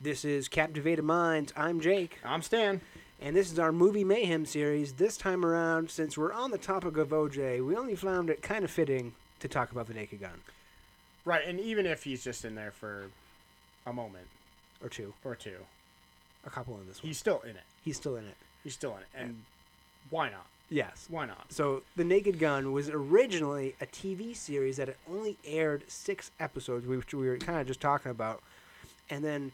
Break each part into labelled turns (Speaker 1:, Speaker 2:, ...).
Speaker 1: This is Captivated Minds. I'm Jake,
Speaker 2: I'm Stan.
Speaker 1: and this is our Movie Mayhem series. This time around, since we're on the topic of OJ, we only found it kind of fitting to talk about the Naked Gun
Speaker 2: Right, and even if he's just in there for a moment
Speaker 1: or two,
Speaker 2: or two,
Speaker 1: a couple in this one.
Speaker 2: he's still in it.
Speaker 1: He's still in it.
Speaker 2: He's still in it. And why not?
Speaker 1: Yes.
Speaker 2: Why not?
Speaker 1: So, The Naked Gun was originally a TV series that had only aired six episodes, which we were kind of just talking about. And then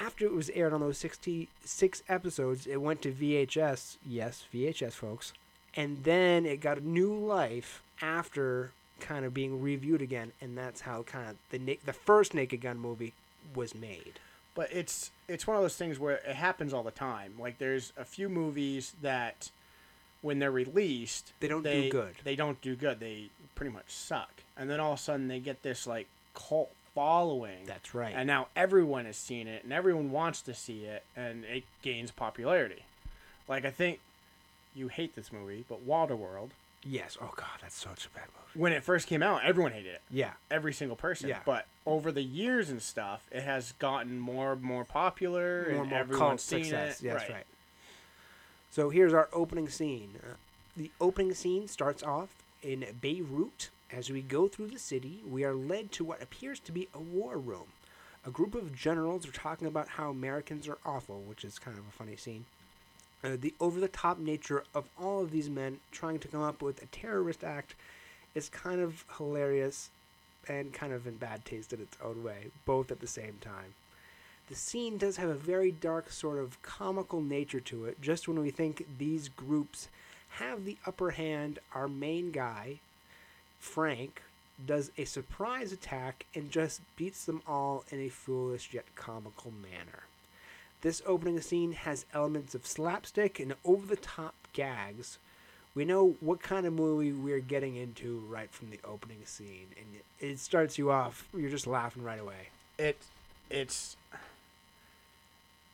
Speaker 1: after it was aired on those 66 episodes, it went to VHS. Yes, VHS, folks. And then it got a new life after kind of being reviewed again. And that's how kind of the, na- the first Naked Gun movie was made.
Speaker 2: but it's it's one of those things where it happens all the time. Like there's a few movies that when they're released,
Speaker 1: They don't do good.
Speaker 2: They don't do good. They pretty much suck. And then all of a sudden they get this like cult following.
Speaker 1: That's right.
Speaker 2: And now everyone has seen it and everyone wants to see it and it gains popularity. Like I think you hate this movie, but Waterworld
Speaker 1: Yes. Oh, God, that's such a bad movie.
Speaker 2: when it first came out, everyone hated it
Speaker 1: Yeah.
Speaker 2: every single person.
Speaker 1: Yeah.
Speaker 2: But over the years and stuff, it has gotten more and more popular
Speaker 1: more
Speaker 2: and
Speaker 1: and more cult
Speaker 2: everyone's seen
Speaker 1: success.
Speaker 2: it.
Speaker 1: Yes, right. So here's our opening scene. Uh, the opening scene starts off in Beirut. As we go through the city, we are led to what appears to be a war room. A group of generals are talking about how Americans are awful, which is kind of a funny scene. Uh, the over the top nature of all of these men trying to come up with a terrorist act is kind of hilarious and kind of in bad taste in its own way, both at the same time the scene does have a very dark sort of comical nature to it just when we think these groups have the upper hand our main guy frank does a surprise attack and just beats them all in a foolish yet comical manner this opening scene has elements of slapstick and over-the-top gags we know what kind of movie we're getting into right from the opening scene and it starts you off you're just laughing right away
Speaker 2: It it's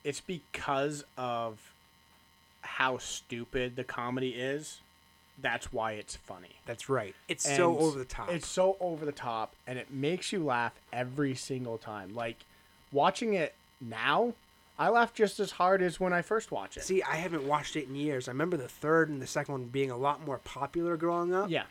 Speaker 2: it's because of how stupid the comedy is. That's why it's funny.
Speaker 1: that's right it's so
Speaker 2: And
Speaker 1: over the top
Speaker 2: It's so over the top, and it makes you laugh every single time. Like watching it now, I laugh just as hard as when I first watched it.
Speaker 1: See, I haven't watched it in years. I remember the third and the second one being a lot more popular growing up.
Speaker 2: yeah,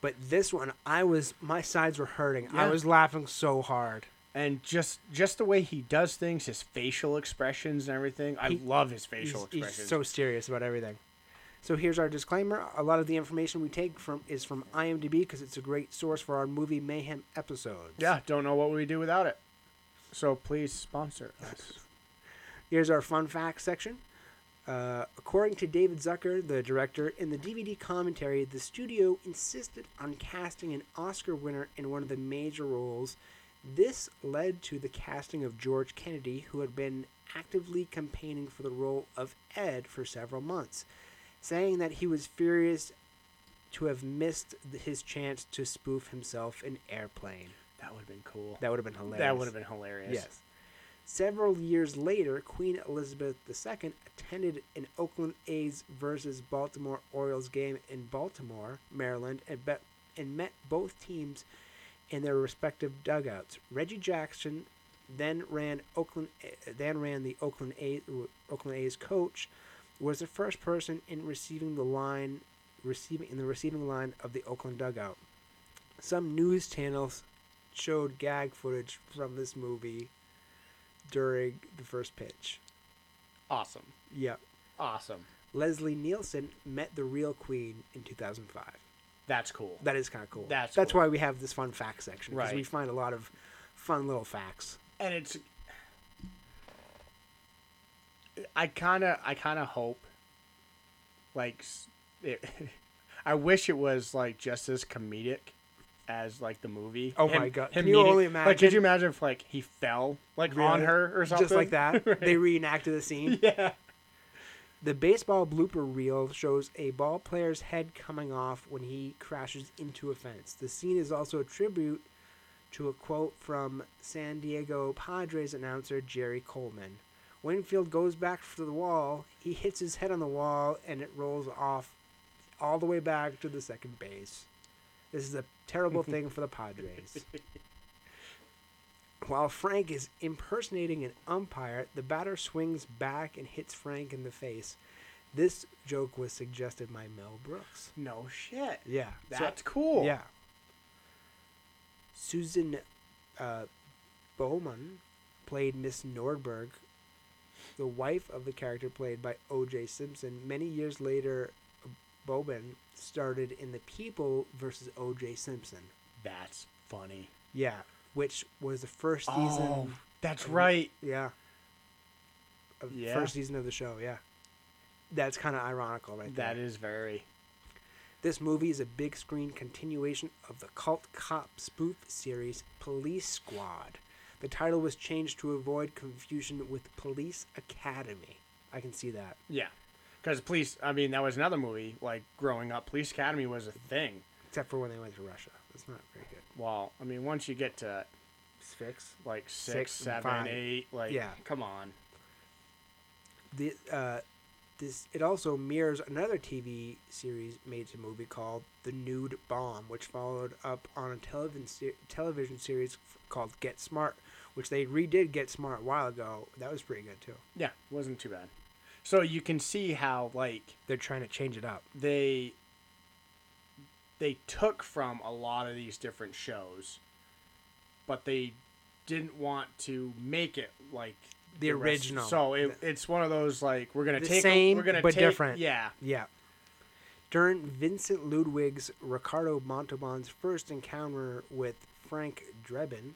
Speaker 1: But this one, I was my sides were hurting. I
Speaker 2: Yeah.
Speaker 1: was laughing so hard.
Speaker 2: and just just the way he does things, his facial expressions and everything. I
Speaker 1: He-
Speaker 2: love his
Speaker 1: He's,
Speaker 2: facial
Speaker 1: he's
Speaker 2: expressions.
Speaker 1: so serious about everything. So here's our disclaimer. A lot of the information we take from is from IMDb because it's a great source for our movie mayhem episodes.
Speaker 2: yeah, don't know what we do without it. So please sponsor us.
Speaker 1: Here's our fun facts section. Uh, according to David Zucker, the director, in the DVD commentary, the studio insisted on casting an Oscar winner in one of the major roles. This led to the casting of George Kennedy, who had been actively campaigning for the role of Ed for several months, saying that he was furious to have missed th- his chance to spoof himself in Airplane.
Speaker 2: That would have been cool.
Speaker 1: That would have been hilarious.
Speaker 2: That would have been hilarious.
Speaker 1: Yes. Several years later, Queen Elizabeth II attended an Oakland A's versus Baltimore Orioles game in Baltimore, Maryland, and, bet and met both teams in their respective dugouts. Reggie Jackson then ran Oakland, eh, then ran the Oakland A's, Oakland A's coach, was the first person in receiving the line, receiving in the receiving line of the Oakland dugout some news channels showed gag footage from this movie during the first pitch.
Speaker 2: Awesome.
Speaker 1: Yep.
Speaker 2: Awesome.
Speaker 1: Leslie Nielsen met the real queen in 2005.
Speaker 2: That's cool.
Speaker 1: That is kind of cool.
Speaker 2: That's
Speaker 1: That's
Speaker 2: cool.
Speaker 1: why we have this fun fact section because we
Speaker 2: Right.
Speaker 1: find a lot of fun little facts.
Speaker 2: and it's i kind of i kind of hope like s- it, i wish it was like just as comedic as like the movie
Speaker 1: Oh my God. Can you
Speaker 2: meeting-
Speaker 1: only
Speaker 2: like could
Speaker 1: imagine?
Speaker 2: you imagine if like he fell like on
Speaker 1: Really?
Speaker 2: her or something
Speaker 1: Just like that.
Speaker 2: Right.
Speaker 1: They reenacted the scene.
Speaker 2: yeah
Speaker 1: The baseball blooper reel shows a ball player's head coming off when he crashes into a fence. The scene is also a tribute to a quote from San Diego Padres announcer Jerry Coleman. Winfield goes back for the wall, he hits his head on the wall, and it rolls off all the way back to the second base. This is a terrible thing for the Padres. While Frank is impersonating an umpire, the batter swings back and hits Frank in the face. This joke was suggested by Mel Brooks.
Speaker 2: No shit.
Speaker 1: Yeah. so-
Speaker 2: That's cool.
Speaker 1: Yeah. Susan uh, Bowman played Miss Nordberg, the wife of the character played by O.J. Simpson. Many years later, Bowman started in The People versus O.J. Simpson.
Speaker 2: That's funny.
Speaker 1: Yeah, which was the first season.
Speaker 2: Oh, that's right.
Speaker 1: Yeah. Of the
Speaker 2: Yeah.
Speaker 1: First season of the show. Yeah. That's kind of ironical, right? there.
Speaker 2: That is very.
Speaker 1: This movie is a big screen continuation of the cult cop spoof series Police Squad. The title was changed to avoid confusion with Police Academy. I can see that.
Speaker 2: Yeah. Because police, I mean, that was another movie. Like growing up, Police Academy was a thing.
Speaker 1: Except for when they went to Russia. That's not very good.
Speaker 2: Well, I mean, once you get to
Speaker 1: Six.
Speaker 2: like six,
Speaker 1: Six and
Speaker 2: seven, eight,
Speaker 1: five.
Speaker 2: like,
Speaker 1: Yeah.
Speaker 2: come on.
Speaker 1: The, uh, this it also mirrors another TV series made to movie called The Nude Bomb, which followed up on a television se- television series f- called Get Smart, which they redid Get Smart a while ago. That was pretty good too.
Speaker 2: Yeah, wasn't too bad. So you can see how like
Speaker 1: They're trying to change it up.
Speaker 2: they they took from a lot of these different shows, but they didn't want to make it like
Speaker 1: The
Speaker 2: rest-
Speaker 1: original.
Speaker 2: So it, it's one of those like we're gonna
Speaker 1: The
Speaker 2: take
Speaker 1: same,
Speaker 2: we're gonna
Speaker 1: but
Speaker 2: take-
Speaker 1: different.
Speaker 2: Yeah,
Speaker 1: Yeah. During Vincent Ludwig's Ricardo Montalban's first encounter with Frank Drebin,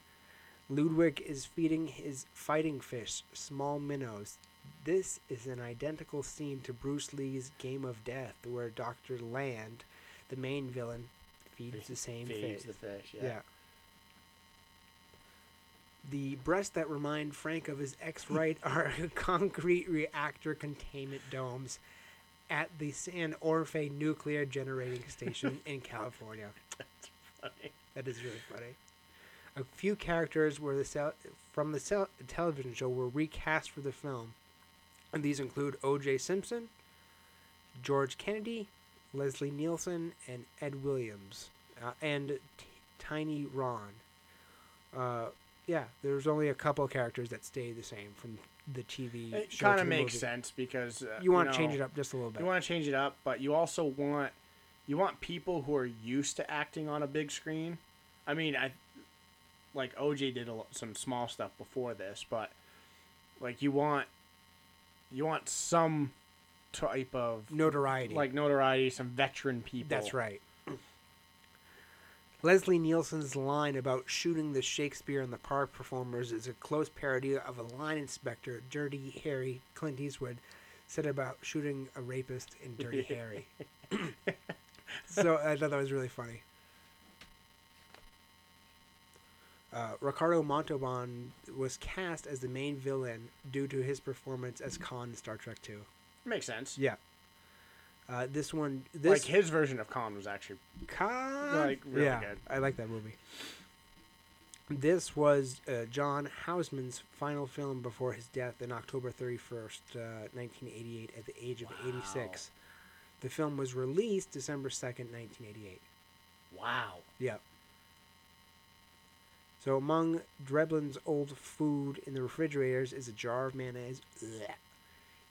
Speaker 1: Ludwig is feeding his fighting fish small minnows. This is an identical scene to Bruce Lee's Game of Death, where Dr. Land, the main villain, feeds the same
Speaker 2: feeds
Speaker 1: fish.
Speaker 2: the fish.
Speaker 1: yeah. The breasts that remind Frank of his ex right are concrete reactor containment domes at the San Orfe nuclear generating station in California.
Speaker 2: funny.
Speaker 1: That is really funny. A few characters were the cel- from the cel- television show were recast for the film, and these include O.J. Simpson, George Kennedy, Leslie Nielsen, and Ed Williams, uh, and T- Tiny Ron. Uh, yeah, there's only a couple of characters that stay the same from the TV
Speaker 2: It
Speaker 1: show.
Speaker 2: kind
Speaker 1: to
Speaker 2: of
Speaker 1: the
Speaker 2: makes
Speaker 1: movie.
Speaker 2: sense because uh,
Speaker 1: You want to change
Speaker 2: know,
Speaker 1: it up just a little bit.
Speaker 2: You want to change it up, but you also want you want people who are used to acting on a big screen. I mean, I like OJ did a, lo- some small stuff before this, but like you want you want some type of
Speaker 1: Notoriety.
Speaker 2: like notoriety, some veteran people.
Speaker 1: That's right. Leslie Nielsen's line about shooting the Shakespeare in the Park performers is a close parody of a line inspector Dirty Harry Clint Eastwood said about shooting a rapist in Dirty Harry. so I thought that was really funny. Uh, Ricardo Montalban was cast as the main villain due to his performance as Khan in Star Trek II.
Speaker 2: Makes sense.
Speaker 1: Yeah. Uh, this one, this
Speaker 2: like his version of Khan was actually
Speaker 1: Con.
Speaker 2: Like, really
Speaker 1: yeah,
Speaker 2: good.
Speaker 1: I like that movie. This was uh, John Houseman's final film before his death in October 31st, uh, 1988, at the age of 86. The film was released December 2nd, 1988.
Speaker 2: wow.
Speaker 1: Yep. So among Dreblin's old food in the refrigerators is a jar of mayonnaise. Blech.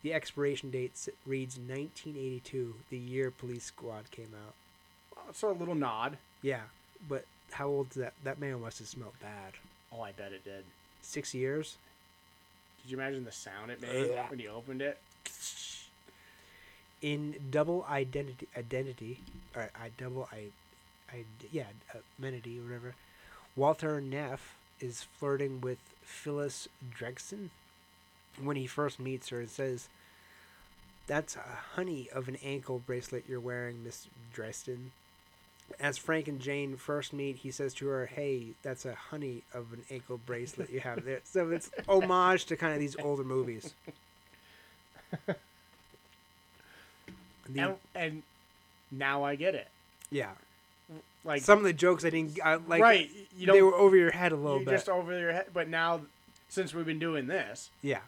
Speaker 1: The expiration date s- reads 1982, the year Police Squad came out.
Speaker 2: So a little nod.
Speaker 1: Yeah, but how old is that? That man must have smelled bad.
Speaker 2: Oh, I bet it did.
Speaker 1: Six years?
Speaker 2: Did you imagine the sound it made
Speaker 1: Ugh.
Speaker 2: when you opened it?
Speaker 1: In Double Identity, identity or I Double I, I yeah, Amenity, or whatever, Walter Neff is flirting with Phyllis Drexen when he first meets her and says, That's a honey of an ankle bracelet you're wearing, Miss Dresden. As Frank and Jane first meet, he says to her, Hey, that's a honey of an ankle bracelet you have there. So it's homage to kind of these older movies. The-
Speaker 2: And, and now I get it.
Speaker 1: yeah.
Speaker 2: Like
Speaker 1: Some of the jokes I didn't I, like.
Speaker 2: right, you
Speaker 1: they
Speaker 2: don't-
Speaker 1: were over your head a little
Speaker 2: you
Speaker 1: bit.
Speaker 2: just over your head. But now, since we've been doing this,
Speaker 1: Yeah.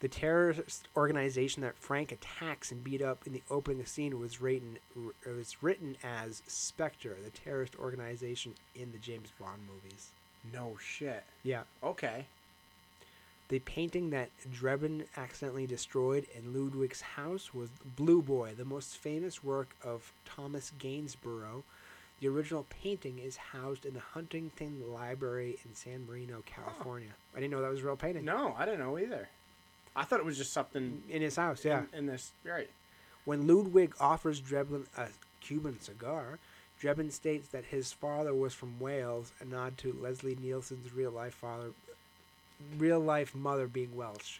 Speaker 1: The terrorist organization that Frank attacks and beat up in the opening scene was written was written as Spectre, the terrorist organization in the James Bond movies.
Speaker 2: No shit.
Speaker 1: Yeah.
Speaker 2: Okay.
Speaker 1: The painting that Drebin accidentally destroyed in Ludwig's house was Blue Boy, the most famous work of Thomas Gainsborough. The original painting is housed in the Huntington Library in San Marino, California. I didn't know that was a real painting.
Speaker 2: No, I don't know either. I thought it was just something
Speaker 1: In his house, yeah.
Speaker 2: in, in this. Right.
Speaker 1: When Ludwig offers Drebin a Cuban cigar, Drebin states that his father was from Wales, a nod to Leslie Nielsen's real life father, real life mother being Welsh.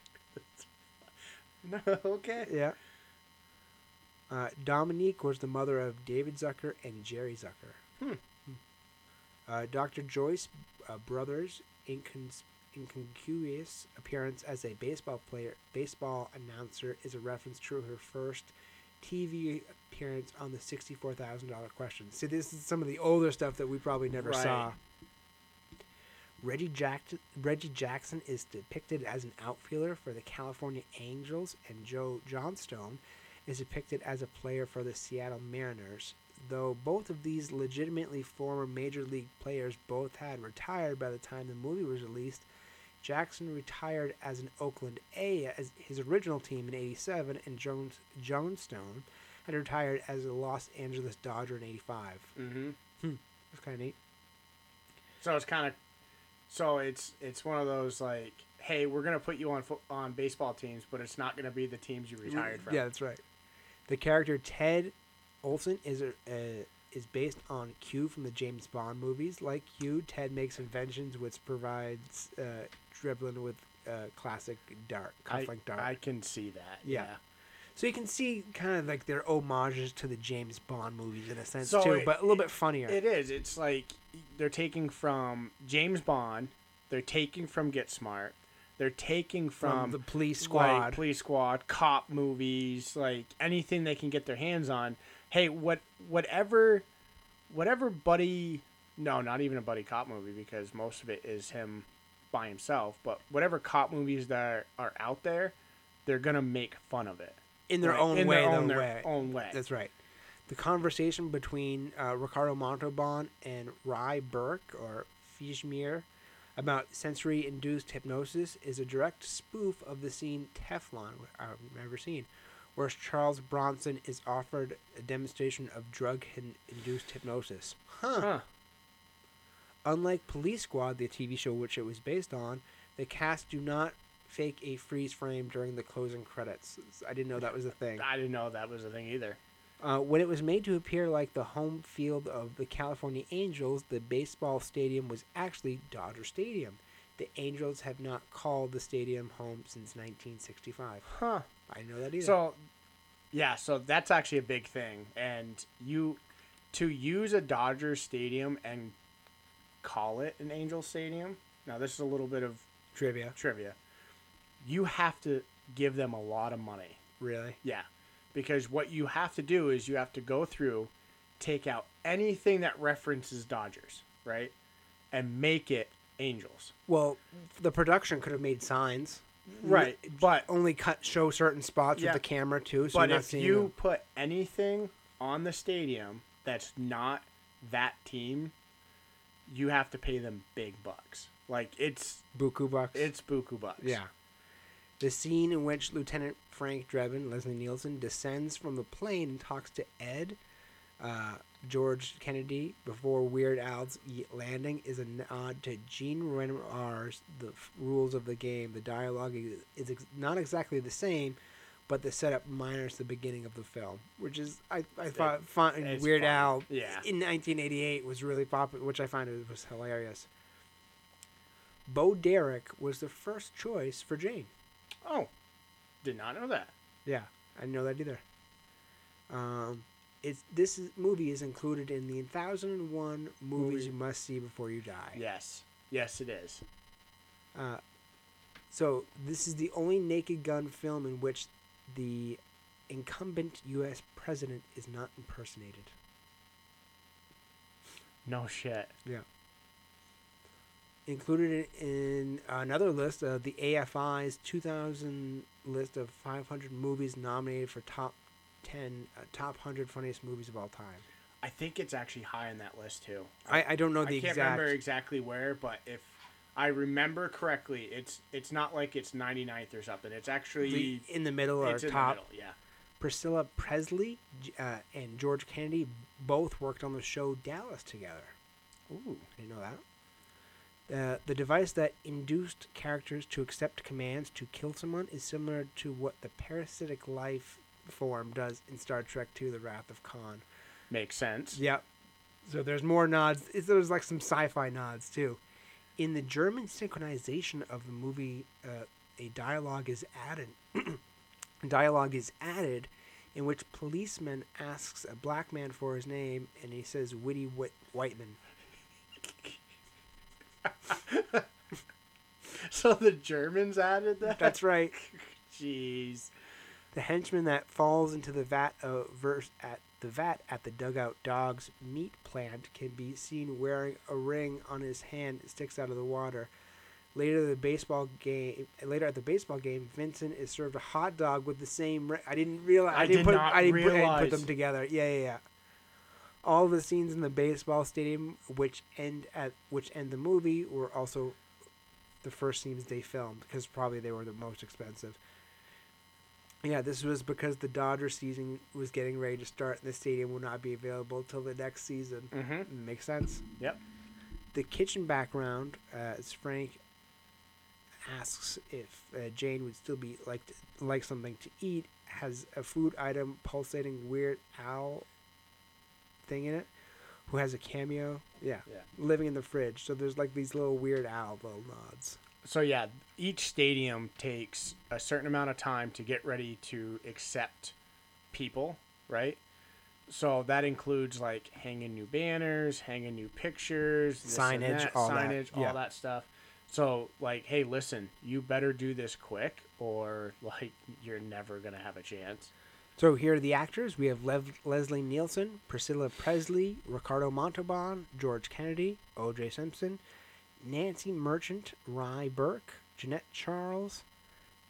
Speaker 2: No, okay.
Speaker 1: Yeah. Uh, Dominique was the mother of David Zucker and Jerry Zucker.
Speaker 2: Hmm.
Speaker 1: Uh, Dr. Joyce uh, Brothers' incons- incongruous appearance as a baseball player, baseball announcer, is a reference to her first TV appearance on the sixty-four thousand dollar question. See, this is some of the older stuff that we probably never
Speaker 2: Right.
Speaker 1: saw. Reggie, Jack- Reggie Jackson is depicted as an outfielder for the California Angels, and Joe Johnstone is depicted as a player for the Seattle Mariners. Though both of these legitimately former major league players both had retired by the time the movie was released, Jackson retired as an Oakland A as his original team in 87 and Jones Johnstone had retired as a Los Angeles Dodger in 85.
Speaker 2: Mm-hmm.
Speaker 1: That's kind of neat.
Speaker 2: So it's kind of, so it's it's one of those like, hey, we're gonna put you on fo- on baseball teams, but it's not gonna be the teams you retired from.
Speaker 1: Mm, Yeah, that's right. The character Ted Olson is a, uh, is based on Q from the James Bond movies. Like Q, Ted makes inventions which provides uh, dribbling with uh, classic dart,
Speaker 2: I,
Speaker 1: cufflink dart.
Speaker 2: I can see that.
Speaker 1: Yeah. so you can see kind of like their homages to the James Bond movies in a sense
Speaker 2: So
Speaker 1: too,
Speaker 2: it-
Speaker 1: but a little
Speaker 2: it-
Speaker 1: bit funnier.
Speaker 2: It is. It's like they're taking from James Bond. They're taking from Get Smart. They're taking
Speaker 1: from
Speaker 2: from,
Speaker 1: the police
Speaker 2: um, like
Speaker 1: squad.
Speaker 2: police squad, cop movies, like anything they can get their hands on. Hey, what whatever whatever buddy no, not even a buddy cop movie because most of it is him by himself, but whatever cop movies that are, are out there, they're gonna make fun of it.
Speaker 1: in their
Speaker 2: Like,
Speaker 1: own way,
Speaker 2: their own,
Speaker 1: though,
Speaker 2: their
Speaker 1: way.
Speaker 2: own way.
Speaker 1: That's right. The conversation between uh, Ricardo Montalban and Rai Burke, or Fishmir, about sensory induced hypnosis is a direct spoof of the scene Teflon, wh- I've never seen, where Charles Bronson is offered a demonstration of drug hin- induced hypnosis.
Speaker 2: Huh.
Speaker 1: Unlike Police Squad, the TV show which it was based on, the cast do not fake a freeze frame during the closing credits. I didn't know that was a thing.
Speaker 2: I didn't know that was a thing either.
Speaker 1: Uh, when it was made to appear like the home field of the California Angels, the baseball stadium was actually Dodger Stadium. The Angels have not called the stadium home since 1965.
Speaker 2: Huh.
Speaker 1: I didn't know that either.
Speaker 2: So, yeah, so that's actually a big thing. And you to use a Dodger Stadium and call it an Angel Stadium. Now, this is a little bit of
Speaker 1: trivia,
Speaker 2: trivia. You have to give them a lot of money.
Speaker 1: really?
Speaker 2: Yeah. Because what you have to do is you have to go through, take out anything that references Dodgers, right? And make it Angels.
Speaker 1: Well, the production could have made signs,
Speaker 2: Right. But
Speaker 1: only cut show certain spots
Speaker 2: Yeah.
Speaker 1: with the camera too, so
Speaker 2: but
Speaker 1: you're not
Speaker 2: if
Speaker 1: seeing.
Speaker 2: you
Speaker 1: them.
Speaker 2: put anything on the stadium that's not that team, you have to pay them big bucks. Like it's
Speaker 1: Buku Bucks,
Speaker 2: it's buku bucks.
Speaker 1: Yeah. The scene in which Lieutenant Frank Drebin, Leslie Nielsen, descends from the plane and talks to Ed, uh, George Kennedy, before Weird Al's y- landing is a nod to Gene Renoir's The F- Rules of the Game. The dialogue is, is ex- not exactly the same, but the setup minus the beginning of the film, which is, I, I thought, fun,
Speaker 2: it's
Speaker 1: Weird
Speaker 2: fun.
Speaker 1: Al
Speaker 2: Yeah.
Speaker 1: in 1988 was really popular, which I find it was hilarious. Bo Derek was the first choice for Jane.
Speaker 2: Oh, did not know that.
Speaker 1: Yeah, I didn't know that either. Um, it's this is, movie is included in the 1001 movies
Speaker 2: Movie.
Speaker 1: you must see before you die.
Speaker 2: Yes, yes, it is.
Speaker 1: Uh, so this is the only Naked Gun film in which the incumbent U.S. president is not impersonated.
Speaker 2: No shit.
Speaker 1: Yeah. Included in in another list of the AFI's 2000 list of 500 movies nominated for top 10, uh, top 100 funniest movies of all time.
Speaker 2: I think it's actually high on that list too.
Speaker 1: I, I don't know
Speaker 2: I
Speaker 1: Oh, the
Speaker 2: can't
Speaker 1: exact.
Speaker 2: remember exactly where, but if I remember correctly, it's it's not like it's 99th or something. It's actually
Speaker 1: the- in the middle or
Speaker 2: it's in
Speaker 1: top.
Speaker 2: the middle. Yeah,
Speaker 1: Priscilla Presley J- uh, and George Kennedy both worked on the show Dallas together.
Speaker 2: ooh,
Speaker 1: Did you know that? Uh, the device that induced characters to accept commands to kill someone is similar to what the parasitic life form does in Star Trek II The Wrath of Khan.
Speaker 2: makes sense.
Speaker 1: Yep. So there's more nods. It's, there's like some sci-fi nods too. In the German synchronization of the movie, uh, a dialogue is added. dialogue is added, in which policeman asks a black man for his name, and he says Witty Whit- Whiteman.
Speaker 2: So the Germans added that.
Speaker 1: That's right.
Speaker 2: jeez.
Speaker 1: The henchman that falls into the vat of verse at the vat at the dugout dog's meat plant can be seen wearing a ring on his hand that sticks out of the water. Later the baseball game later at the baseball game, Vincent is served a hot dog with the same ring. I didn't realize I,
Speaker 2: I
Speaker 1: didn't
Speaker 2: did
Speaker 1: put
Speaker 2: not
Speaker 1: I didn't put, I didn't put
Speaker 2: realize.
Speaker 1: them together. Yeah, yeah, yeah. All the scenes in the baseball stadium which end at which end the movie were also the first scenes they filmed because probably they were the most expensive. Yeah, this was because the Dodgers season was getting ready to start and the stadium would not be available till the next season.
Speaker 2: Mm-hmm.
Speaker 1: Makes sense.
Speaker 2: Yep.
Speaker 1: The kitchen background, uh, as Frank asks if uh, Jane would still be like like something to eat, has a food item pulsating weird owl thing in it, who has a cameo. Yeah,
Speaker 2: Yeah.
Speaker 1: living in the fridge. So there's like these little weird owl little nods.
Speaker 2: So yeah, each stadium takes a certain amount of time to get ready to accept people, right? So that includes like hanging new banners, hanging new pictures, this and
Speaker 1: Signage,
Speaker 2: that,
Speaker 1: all that,
Speaker 2: signage,
Speaker 1: yeah.
Speaker 2: all that stuff. So like, hey, listen, you better do this quick, or like you're never gonna have a chance.
Speaker 1: So here are the actors. We have Lev- Leslie Nielsen, Priscilla Presley, Ricardo Montalban, George Kennedy, O.J. Simpson, Nancy Merchant, Rye Burke, Jeanette Charles,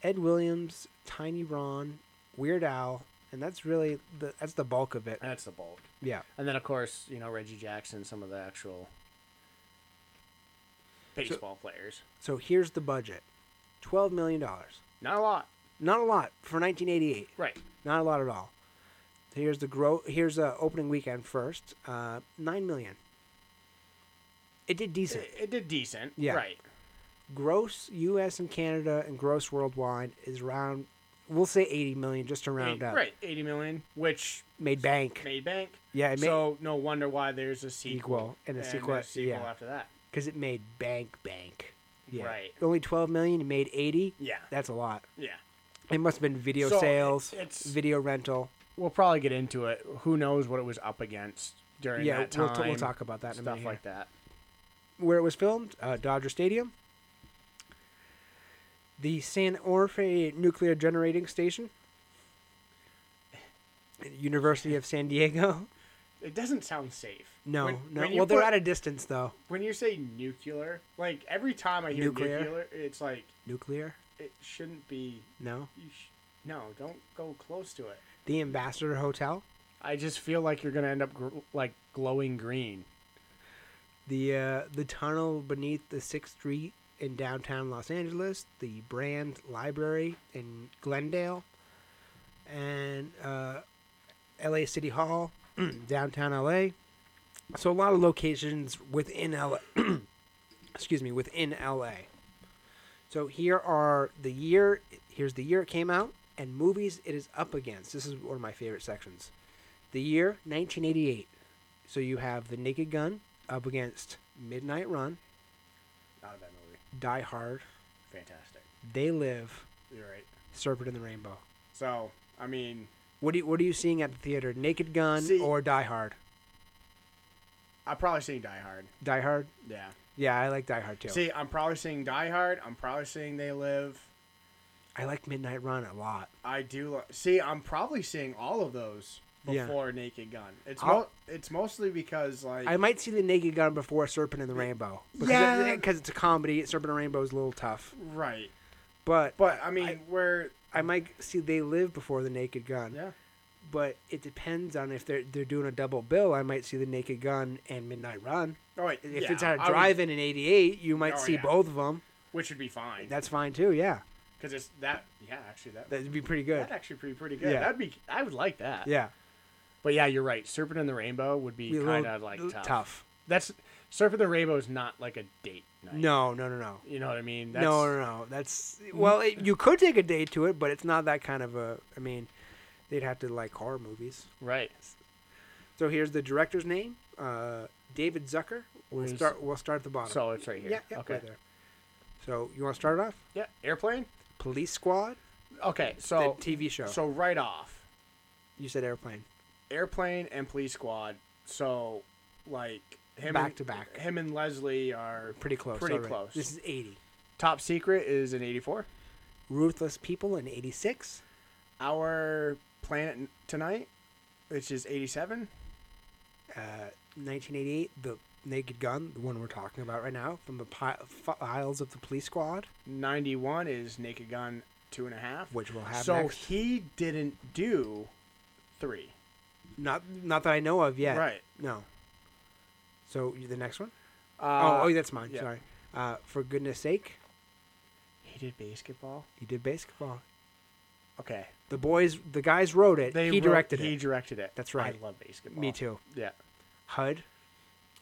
Speaker 1: Ed Williams, Tiny Ron, Weird Al, and that's really the that's the bulk of it.
Speaker 2: That's the bulk.
Speaker 1: Yeah,
Speaker 2: And then of course, you know Reggie Jackson, some of the actual baseball players.
Speaker 1: so here's the budget: twelve million dollars.
Speaker 2: Not a lot,
Speaker 1: Not a lot for 1988.
Speaker 2: right?
Speaker 1: Not a lot at all. Here's the grow. Here's uh, opening weekend first. Uh, Nine million. It did decent.
Speaker 2: It, it did decent,
Speaker 1: Yeah.
Speaker 2: right?
Speaker 1: gross U.S. and Canada and gross worldwide is around, we'll say 80 million just to round
Speaker 2: Eight-
Speaker 1: up.
Speaker 2: Right, 80 million, which
Speaker 1: Made bank
Speaker 2: made bank.
Speaker 1: Yeah, it made-
Speaker 2: so no wonder why there's a
Speaker 1: Sequel
Speaker 2: sequel
Speaker 1: and a sequel- yeah.
Speaker 2: after that.
Speaker 1: because it made bank bank. Yeah.
Speaker 2: Right.
Speaker 1: Only 12 million it made 80.
Speaker 2: Yeah.
Speaker 1: That's a lot.
Speaker 2: Yeah.
Speaker 1: It must have been video
Speaker 2: So, it-
Speaker 1: sales,
Speaker 2: it's-
Speaker 1: video rental.
Speaker 2: We'll probably get into it. Who knows what it was up against during
Speaker 1: Yeah,
Speaker 2: that time.
Speaker 1: we'll, t- we'll talk about that in a minute.
Speaker 2: stuff
Speaker 1: here.
Speaker 2: like that.
Speaker 1: where it was filmed, uh, Dodger Stadium, the San Orfe Nuclear Generating Station, University of San Diego.
Speaker 2: It doesn't sound safe.
Speaker 1: No,
Speaker 2: When-
Speaker 1: no.
Speaker 2: when you
Speaker 1: well, they're
Speaker 2: put-
Speaker 1: at a distance though.
Speaker 2: When you say nuclear, like every time I hear
Speaker 1: Nuclear.
Speaker 2: nuclear, it's like
Speaker 1: Nuclear?
Speaker 2: it shouldn't be.
Speaker 1: No.
Speaker 2: You sh- no, don't go close to it.
Speaker 1: The Ambassador Hotel,
Speaker 2: I just feel like you're gonna end up gr- like glowing green.
Speaker 1: the uh, the tunnel beneath the Sixth Street in downtown Los Angeles, the Brand Library in Glendale, and uh, L.A. City Hall, downtown L.A. So a lot of locations within L. excuse me, within L.A. So here are the year. Here's the year it came out and movies it is up against. This is one of my favorite sections. The year 1988. So you have The Naked Gun up against Midnight Run,
Speaker 2: Not a bad movie.
Speaker 1: Die Hard,
Speaker 2: Fantastic.
Speaker 1: They Live,
Speaker 2: You're right.
Speaker 1: Serpent in the Rainbow.
Speaker 2: So I mean,
Speaker 1: What do you, what are you seeing at the theater? Naked Gun
Speaker 2: See-
Speaker 1: or Die Hard?
Speaker 2: I'm probably seeing Die Hard.
Speaker 1: Die Hard.
Speaker 2: Yeah.
Speaker 1: Yeah, I like Die Hard too.
Speaker 2: See, I'm probably seeing Die Hard. I'm probably seeing They Live.
Speaker 1: I like Midnight Run a lot.
Speaker 2: I do lo- see. I'm probably seeing all of those
Speaker 1: Yeah.
Speaker 2: before Naked Gun. It's
Speaker 1: I'll-
Speaker 2: mo- it's mostly because like
Speaker 1: I might see The Naked Gun before Serpent in the Rainbow because
Speaker 2: Yeah.
Speaker 1: because it's a comedy. Serpent in the Rainbow is a little tough,
Speaker 2: right,
Speaker 1: but
Speaker 2: but I mean
Speaker 1: I-
Speaker 2: we're
Speaker 1: I might see They Live before The Naked Gun.
Speaker 2: yeah
Speaker 1: but it depends on if they're they're doing a double bill. I might see the Naked Gun and Midnight Run.
Speaker 2: All right,
Speaker 1: If
Speaker 2: oh, yeah,
Speaker 1: it's at
Speaker 2: I
Speaker 1: a
Speaker 2: would-
Speaker 1: drive-in in '88, you might
Speaker 2: Oh,
Speaker 1: see
Speaker 2: yeah.
Speaker 1: both of them.
Speaker 2: which would be fine
Speaker 1: That's fine too. Yeah,
Speaker 2: because it's that. Yeah, actually, that
Speaker 1: that'd be pretty good.
Speaker 2: that'd actually be pretty good.
Speaker 1: Yeah.
Speaker 2: That'd be. I would like that.
Speaker 1: yeah,
Speaker 2: But yeah, you're right. Serpent and the Rainbow would be
Speaker 1: Be a little
Speaker 2: kind of like
Speaker 1: l-
Speaker 2: tough. That's Surfing the Rainbow is not like a date night.
Speaker 1: No, no, no, no.
Speaker 2: You know what I mean? That's,
Speaker 1: No, no, no. That's well, it, you could take a day to it, but it's not that kind of a. I mean, they'd have to like horror movies.
Speaker 2: Right.
Speaker 1: So here's the director's name, uh, David Zucker. We'll
Speaker 2: Where's-
Speaker 1: start. We'll start at the bottom.
Speaker 2: So it's right here.
Speaker 1: yeah, yeah,
Speaker 2: okay.
Speaker 1: right there. So you want to start it off?
Speaker 2: Yeah. Airplane?
Speaker 1: Police Squad,
Speaker 2: Okay. So
Speaker 1: the TV show.
Speaker 2: so right off,
Speaker 1: you said airplane.
Speaker 2: Airplane and Police Squad. So like him
Speaker 1: Back
Speaker 2: and,
Speaker 1: to back.
Speaker 2: Him and Leslie are
Speaker 1: Pretty close.
Speaker 2: Pretty
Speaker 1: already.
Speaker 2: close.
Speaker 1: This is eighty.
Speaker 2: Top Secret is an 84.
Speaker 1: Ruthless People in eighty six.
Speaker 2: Our Planet N- Tonight, which is 87.
Speaker 1: Uh, 1988, The Naked Gun, the one we're talking about right now, from the pi- files of the police squad,
Speaker 2: 91 is Naked Gun two and a half.
Speaker 1: which we'll have
Speaker 2: so
Speaker 1: next.
Speaker 2: he didn't do three.
Speaker 1: Not, not that I know of yet.
Speaker 2: Right.
Speaker 1: No. So you- the next one? oh,
Speaker 2: Uh,
Speaker 1: oh, that's mine.
Speaker 2: yeah.
Speaker 1: Sorry. Uh, for goodness sake,
Speaker 2: he did basketball.
Speaker 1: he did basketball.
Speaker 2: Okay,
Speaker 1: The boys, the guys wrote it.
Speaker 2: they
Speaker 1: he
Speaker 2: wrote-
Speaker 1: directed
Speaker 2: He
Speaker 1: it.
Speaker 2: directed it.
Speaker 1: That's right.
Speaker 2: I love basketball.
Speaker 1: Me too.
Speaker 2: Yeah.
Speaker 1: HUD.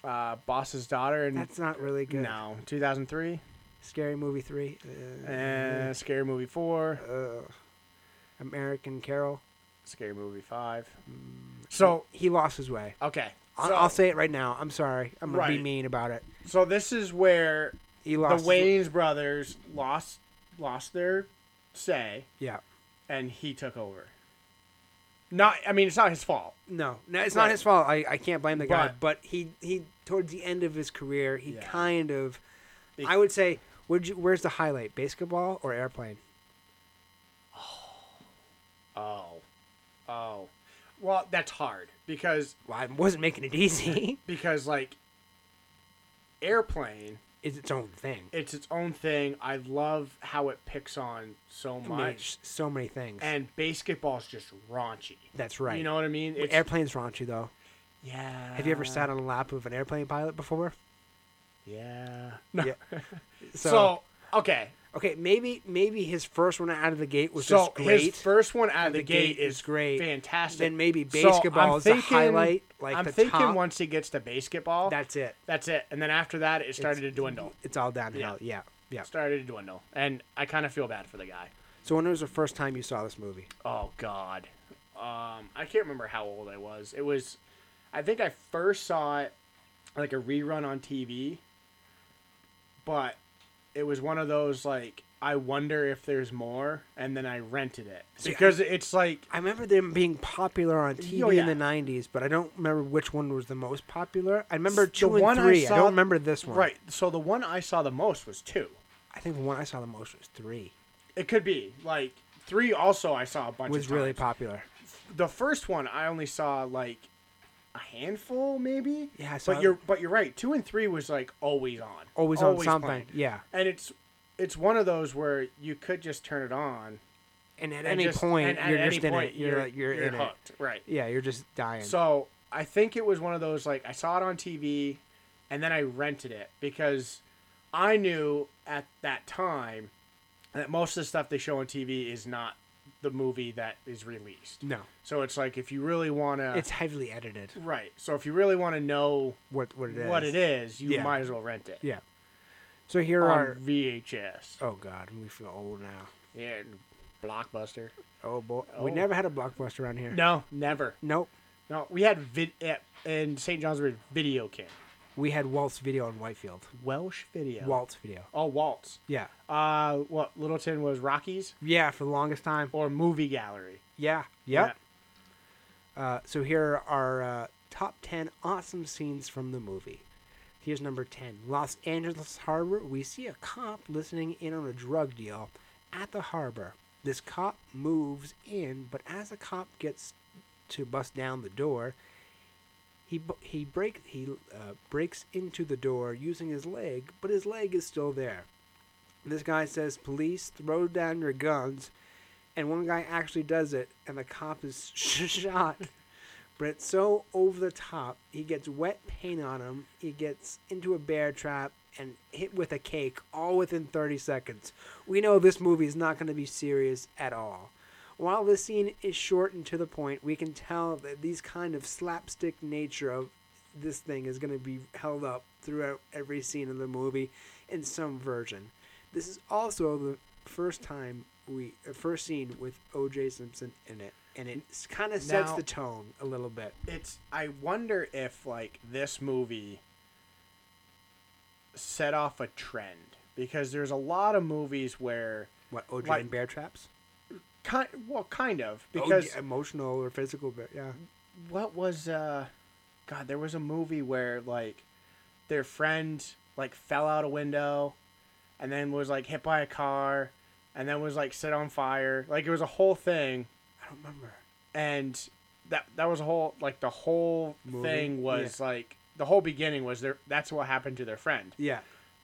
Speaker 2: Uh, Boss's daughter and
Speaker 1: That's not really good.
Speaker 2: no, 2003,
Speaker 1: Scary Movie three. Uh,
Speaker 2: and Scary Movie four,
Speaker 1: uh, American Carol.
Speaker 2: Scary Movie five. Mm. So
Speaker 1: he lost his way.
Speaker 2: okay,
Speaker 1: I-
Speaker 2: so,
Speaker 1: I'll say it right now. I'm sorry. I'm gonna
Speaker 2: Right.
Speaker 1: be mean about it.
Speaker 2: so this is where
Speaker 1: He
Speaker 2: the
Speaker 1: lost. his-
Speaker 2: Wayans brothers lost lost their say,
Speaker 1: yeah.
Speaker 2: and he took over. Not, I mean, it's not his fault.
Speaker 1: No, no, it's
Speaker 2: Right.
Speaker 1: not his fault. I, I can't blame the guy.
Speaker 2: But-
Speaker 1: But he he towards the end of his career, he
Speaker 2: Yeah.
Speaker 1: kind of.
Speaker 2: Be-
Speaker 1: I would say, would you? Where's the highlight? Basketball or airplane?
Speaker 2: Oh, oh, well, that's hard because
Speaker 1: Well, I wasn't making it easy.
Speaker 2: because like airplane
Speaker 1: it's its own thing.
Speaker 2: it's its own thing i love how it picks on so
Speaker 1: I mean,
Speaker 2: much
Speaker 1: it's so many things.
Speaker 2: and basketball's just raunchy
Speaker 1: That's right.
Speaker 2: you know what i mean it's,
Speaker 1: airplanes raunchy though.
Speaker 2: yeah
Speaker 1: Have you ever sat on the lap of an airplane pilot before?
Speaker 2: yeah no.
Speaker 1: Yeah.
Speaker 2: so,
Speaker 1: So,
Speaker 2: okay
Speaker 1: okay, maybe maybe his first one out of the gate was
Speaker 2: so
Speaker 1: just great.
Speaker 2: his first one out of the,
Speaker 1: The
Speaker 2: gate,
Speaker 1: gate
Speaker 2: is
Speaker 1: is great.
Speaker 2: fantastic
Speaker 1: Then maybe
Speaker 2: So,
Speaker 1: basketball
Speaker 2: I'm
Speaker 1: is the highlight, like
Speaker 2: i'm
Speaker 1: the
Speaker 2: thinking
Speaker 1: top.
Speaker 2: once he gets to basketball
Speaker 1: That's it.
Speaker 2: that's it and then after that it started to dwindle
Speaker 1: It's all downhill. Yeah. Yeah.
Speaker 2: started to dwindle and i kind of feel bad for the guy
Speaker 1: So when was the first time you saw this movie?
Speaker 2: Oh God, um, I can't remember how old I was. It was, I think I first saw it like a rerun on TV, but it was one of those like I wonder if there's more, and then I rented it because it's like
Speaker 1: I remember them being popular on TV
Speaker 2: Oh, yeah.
Speaker 1: in the '90s, but I don't remember which one was the most popular. I remember
Speaker 2: The
Speaker 1: two and
Speaker 2: one I
Speaker 1: three. I,
Speaker 2: saw-
Speaker 1: don't remember this one.
Speaker 2: right. So the one I saw the most was two.
Speaker 1: I think the one I saw the most was three.
Speaker 2: It could be like three. Also, I saw a bunch.
Speaker 1: Was
Speaker 2: of
Speaker 1: really
Speaker 2: times.
Speaker 1: popular.
Speaker 2: the first one I only saw like a handful, maybe.
Speaker 1: Yeah, I
Speaker 2: but
Speaker 1: saw-
Speaker 2: you're but you're right. Two and three was like always on,
Speaker 1: Always, on something.
Speaker 2: playing.
Speaker 1: Yeah.
Speaker 2: and it's it's one of those where you could just turn it on
Speaker 1: And at
Speaker 2: and
Speaker 1: any
Speaker 2: just-
Speaker 1: point,
Speaker 2: and at
Speaker 1: you're
Speaker 2: any
Speaker 1: just in
Speaker 2: point,
Speaker 1: it. You're, like you're, in it.
Speaker 2: hooked, right?
Speaker 1: Yeah, you're just dying.
Speaker 2: So I think it was one of those like I saw it on TV, and then I rented it because I knew at that time that most of the stuff they show on TV is not the movie that is released.
Speaker 1: no,
Speaker 2: So it's like if you really want to,
Speaker 1: it's heavily edited.
Speaker 2: Right. So if you really want to know
Speaker 1: What what it is?
Speaker 2: what it is, Um, you
Speaker 1: Yeah.
Speaker 2: might as well rent it.
Speaker 1: Yeah. So here
Speaker 2: On
Speaker 1: are.
Speaker 2: VHS.
Speaker 1: Oh God, we feel old now.
Speaker 2: Yeah. Blockbuster.
Speaker 1: Oh boy, we
Speaker 2: Oh.
Speaker 1: never had a blockbuster around here.
Speaker 2: No, never.
Speaker 1: Nope.
Speaker 2: No, we had vid at, in St. John's we had Video King.
Speaker 1: We had Waltz Video in Whitefield.
Speaker 2: Welsh Video.
Speaker 1: Waltz Video.
Speaker 2: Oh, Waltz.
Speaker 1: Yeah.
Speaker 2: Uh, what Littleton was Rockies
Speaker 1: Yeah, for the longest time.
Speaker 2: or Movie Gallery.
Speaker 1: Yeah.
Speaker 2: Yeah.
Speaker 1: Yep. Uh, so here are uh, top 10 awesome scenes from the movie. Here's number 10 Los Angeles Harbor. We see a cop listening in on a drug deal at the harbor. This cop moves in, but as the cop gets to bust down the door, he b- he break he uh, breaks into the door using his leg, but his leg is still there. This guy says, "Police, throw down your guns," and one guy actually does it, and the cop is shot. But it's so over the top. He gets wet paint on him. He gets into a bear trap and hit with a cake, all within 30 seconds. We know this movie is not going to be serious at all. While this scene is short and to the point, we can tell that these kind of slapstick nature of this thing is going to be held up throughout every scene in the movie in some version. This is also the first time we uh, first scene with O.J. Simpson in it, and it kind of sets
Speaker 2: Now-
Speaker 1: the tone a little bit.
Speaker 2: it's I wonder if like this movie set off a trend because there's a lot of movies where
Speaker 1: What O.J.
Speaker 2: Like-
Speaker 1: and bear traps?
Speaker 2: kind well kind of
Speaker 1: Oh,
Speaker 2: because
Speaker 1: yeah, emotional or physical bear. Yeah,
Speaker 2: what was uh god there was a movie where like their friend like fell out a window and then was like hit by a car and then was like set on fire like it was a whole thing
Speaker 1: I don't remember.
Speaker 2: and that that was a whole like the whole
Speaker 1: Movie?
Speaker 2: thing was like the whole beginning was their that's what happened to their friend
Speaker 1: Yeah,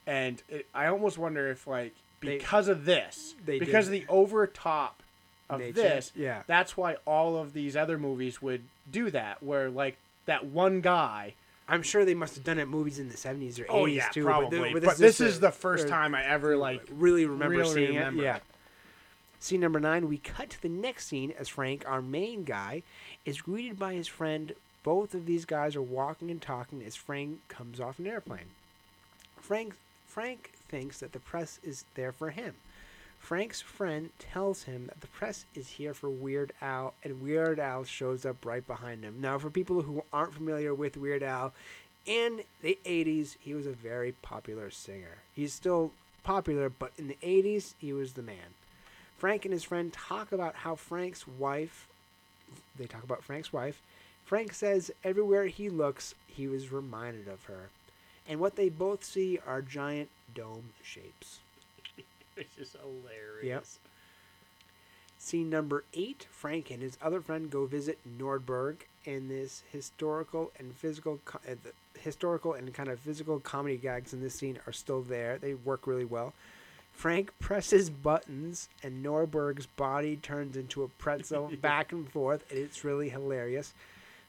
Speaker 2: and it, I almost wonder if like
Speaker 1: They-
Speaker 2: because of this
Speaker 1: they
Speaker 2: because of
Speaker 1: did.
Speaker 2: the over top of
Speaker 1: Nature,
Speaker 2: this
Speaker 1: yeah.
Speaker 2: that's why all of these other movies would do that where like that one guy
Speaker 1: I'm sure they must have done it in movies in the 70s or 80s too.
Speaker 2: Oh, probably
Speaker 1: th-
Speaker 2: but,
Speaker 1: is
Speaker 2: this,
Speaker 1: just
Speaker 2: is
Speaker 1: a-
Speaker 2: the first
Speaker 1: or-
Speaker 2: time I ever like
Speaker 1: really remember
Speaker 2: really
Speaker 1: seeing
Speaker 2: remember
Speaker 1: it. Yeah.
Speaker 2: it.
Speaker 1: Scene number nine, we cut to the next scene as Frank, our main guy, is greeted by his friend. Both of these guys are walking and talking as Frank comes off an airplane. Frank Frank thinks that the press is there for him. Frank's friend tells him that the press is here for Weird Al, and Weird Al shows up right behind him. Now, for people who aren't familiar with Weird Al, in the 80s, he was a very popular singer. He's still popular, but in the 80s, he was the man. Frank and his friend talk about how Frank's wife they talk about Frank's wife. Frank says everywhere he looks, he was reminded of her. And what they both see are giant dome shapes.
Speaker 2: which is hilarious
Speaker 1: Scene number eight Frank and his other friend go visit Nordberg in this historical and physical. Co- uh, the historical and kind of physical comedy gags in this scene are still there. They work really well. Frank presses buttons, and Norberg's body turns into a pretzel back and forth, and it's really hilarious.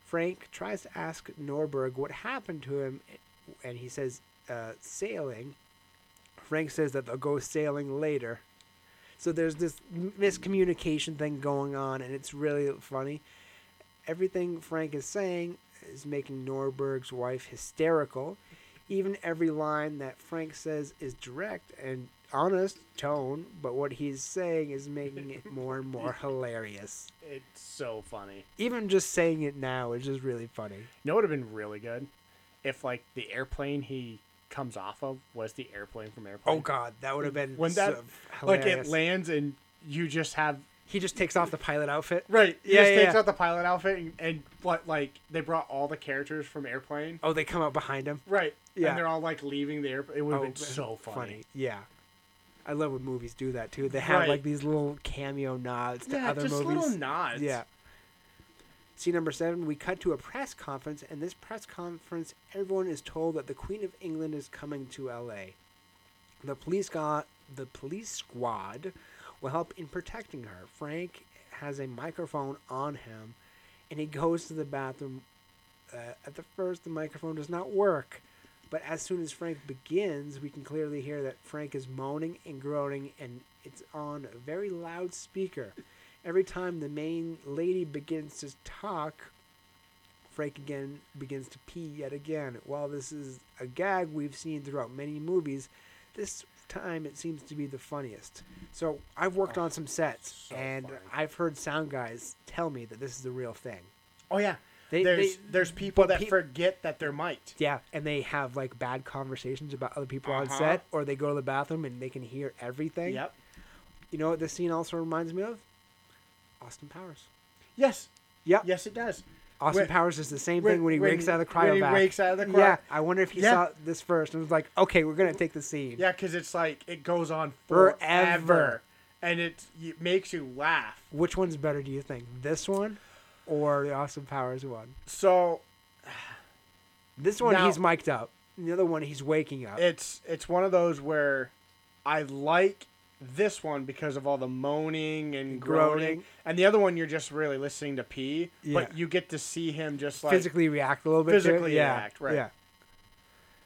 Speaker 1: Frank tries to ask Norberg what happened to him, and he says, uh, sailing. Frank says that they'll go sailing later. So there's this m- miscommunication thing going on, and it's really funny. Everything Frank is saying is making Norberg's wife hysterical. Even every line that Frank says is direct and honest tone, but what he's saying is making it more and more hilarious.
Speaker 2: it's so funny
Speaker 1: Even just saying it now is just really funny.
Speaker 2: you know what would have been really good if like the airplane he comes off of was the airplane from airplane
Speaker 1: Oh God, that would have been
Speaker 2: when that
Speaker 1: so
Speaker 2: like it
Speaker 1: hilarious.
Speaker 2: lands and you just have
Speaker 1: he just takes off the pilot outfit.
Speaker 2: Right. He
Speaker 1: Yeah,
Speaker 2: just
Speaker 1: yeah,
Speaker 2: takes
Speaker 1: yeah.
Speaker 2: out the pilot outfit and, and what like they brought all the characters from Airplane.
Speaker 1: Oh, they come out behind him.
Speaker 2: Right.
Speaker 1: Yeah.
Speaker 2: And they're all like leaving the airplane. It would have been
Speaker 1: Oh,
Speaker 2: so funny.
Speaker 1: Yeah. I love when movies do that too. They have
Speaker 2: Right.
Speaker 1: like these little cameo nods to
Speaker 2: Yeah,
Speaker 1: other
Speaker 2: just
Speaker 1: movies.
Speaker 2: little nods.
Speaker 1: Yeah. Scene number seven, we cut to a press conference, and this press conference, everyone is told that the Queen of England is coming to LA. The police got the police squad will help in protecting her. Frank has a microphone on him, and he goes to the bathroom. Uh, at the first, the microphone does not work, but as soon as Frank begins, we can clearly hear that Frank is moaning and groaning, and it's on a very loud speaker. Every time the main lady begins to talk, Frank again begins to pee yet again. While this is a gag we've seen throughout many movies, this time it seems to be the funniest. So I've worked on some sets,
Speaker 2: Oh, so
Speaker 1: and
Speaker 2: funny.
Speaker 1: I've heard sound guys tell me that this is the real thing.
Speaker 2: Oh yeah.
Speaker 1: They-
Speaker 2: there's
Speaker 1: they-
Speaker 2: there's people
Speaker 1: but
Speaker 2: that
Speaker 1: peop-
Speaker 2: forget that they're mic'd.
Speaker 1: Yeah, and they have like bad conversations about other people
Speaker 2: Uh-huh.
Speaker 1: on set, or they go to the bathroom and they can hear everything.
Speaker 2: Yep.
Speaker 1: You know what this scene also reminds me of? Austin Powers.
Speaker 2: Yes.
Speaker 1: Yep.
Speaker 2: Yes it does.
Speaker 1: Austin
Speaker 2: When-
Speaker 1: Powers does the same
Speaker 2: when-
Speaker 1: thing when he
Speaker 2: when-
Speaker 1: wakes out of the
Speaker 2: when he
Speaker 1: cryovac.
Speaker 2: wakes out of the cryo-
Speaker 1: Yeah, I wonder if he
Speaker 2: Yeah.
Speaker 1: saw this first and was like, "Okay, we're gonna take the scene."
Speaker 2: Yeah, because it's like it goes on forever.
Speaker 1: Forever.
Speaker 2: And it, it makes you laugh.
Speaker 1: Which one's better, do you think? This one or the Austin Powers one?
Speaker 2: So
Speaker 1: This one,
Speaker 2: Now-
Speaker 1: he's mic'd up. The other one, he's waking up.
Speaker 2: it's it's one of those where I like this one because of all the moaning and groaning,
Speaker 1: Groaning.
Speaker 2: and the other one you're just really listening to pee,
Speaker 1: Yeah.
Speaker 2: but you get to see him just like
Speaker 1: physically react a little bit. to it.
Speaker 2: physically
Speaker 1: yeah.
Speaker 2: react, right.
Speaker 1: Yeah.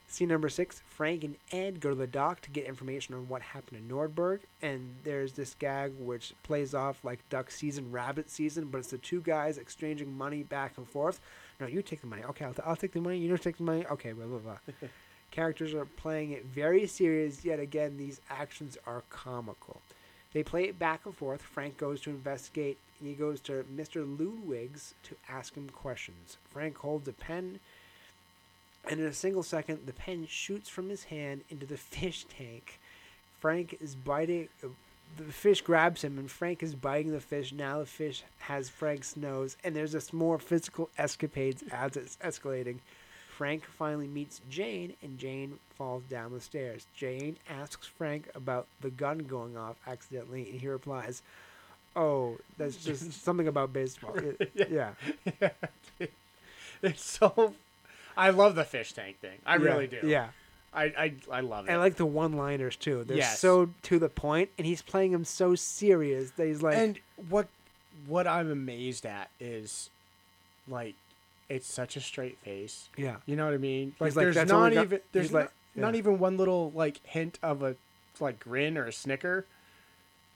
Speaker 1: Scene number six: Frank and Ed go to the dock to get information on what happened to Nordberg, and there's this gag which plays off like duck season, rabbit season, but it's the two guys exchanging money back and forth. No, you take the money. Okay, I'll, I'll take the money. You don't take the money. Okay, blah blah blah. Characters are playing it very serious. Yet again, these actions are comical. They play it back and forth. Frank goes to investigate, and he goes to Mr. Ludwig's to ask him questions. Frank holds a pen, and in a single second, the pen shoots from his hand into the fish tank. Frank is biting. The fish grabs him, and Frank is biting the fish. Now the fish has Frank's nose, and there's just more physical escapades as it's escalating. Frank finally meets Jane, and Jane falls down the stairs. Jane asks Frank about the gun going off accidentally, and he replies, "Oh, that's just something about baseball." yeah.
Speaker 2: it's so. I love the fish tank thing. I really do.
Speaker 1: Yeah. yeah.
Speaker 2: I I, I love it.
Speaker 1: I like the one-liners too. They're
Speaker 2: Yes.
Speaker 1: so to the point, and he's playing him so serious that he's like,
Speaker 2: and what what I'm amazed at is like it's such a straight face.
Speaker 1: yeah,
Speaker 2: You know what I mean? Like
Speaker 1: He's like,
Speaker 2: there's
Speaker 1: "That's all
Speaker 2: not
Speaker 1: we got."
Speaker 2: even there's
Speaker 1: He's
Speaker 2: like
Speaker 1: like- yeah.
Speaker 2: not even one little like hint of a like grin or a snicker.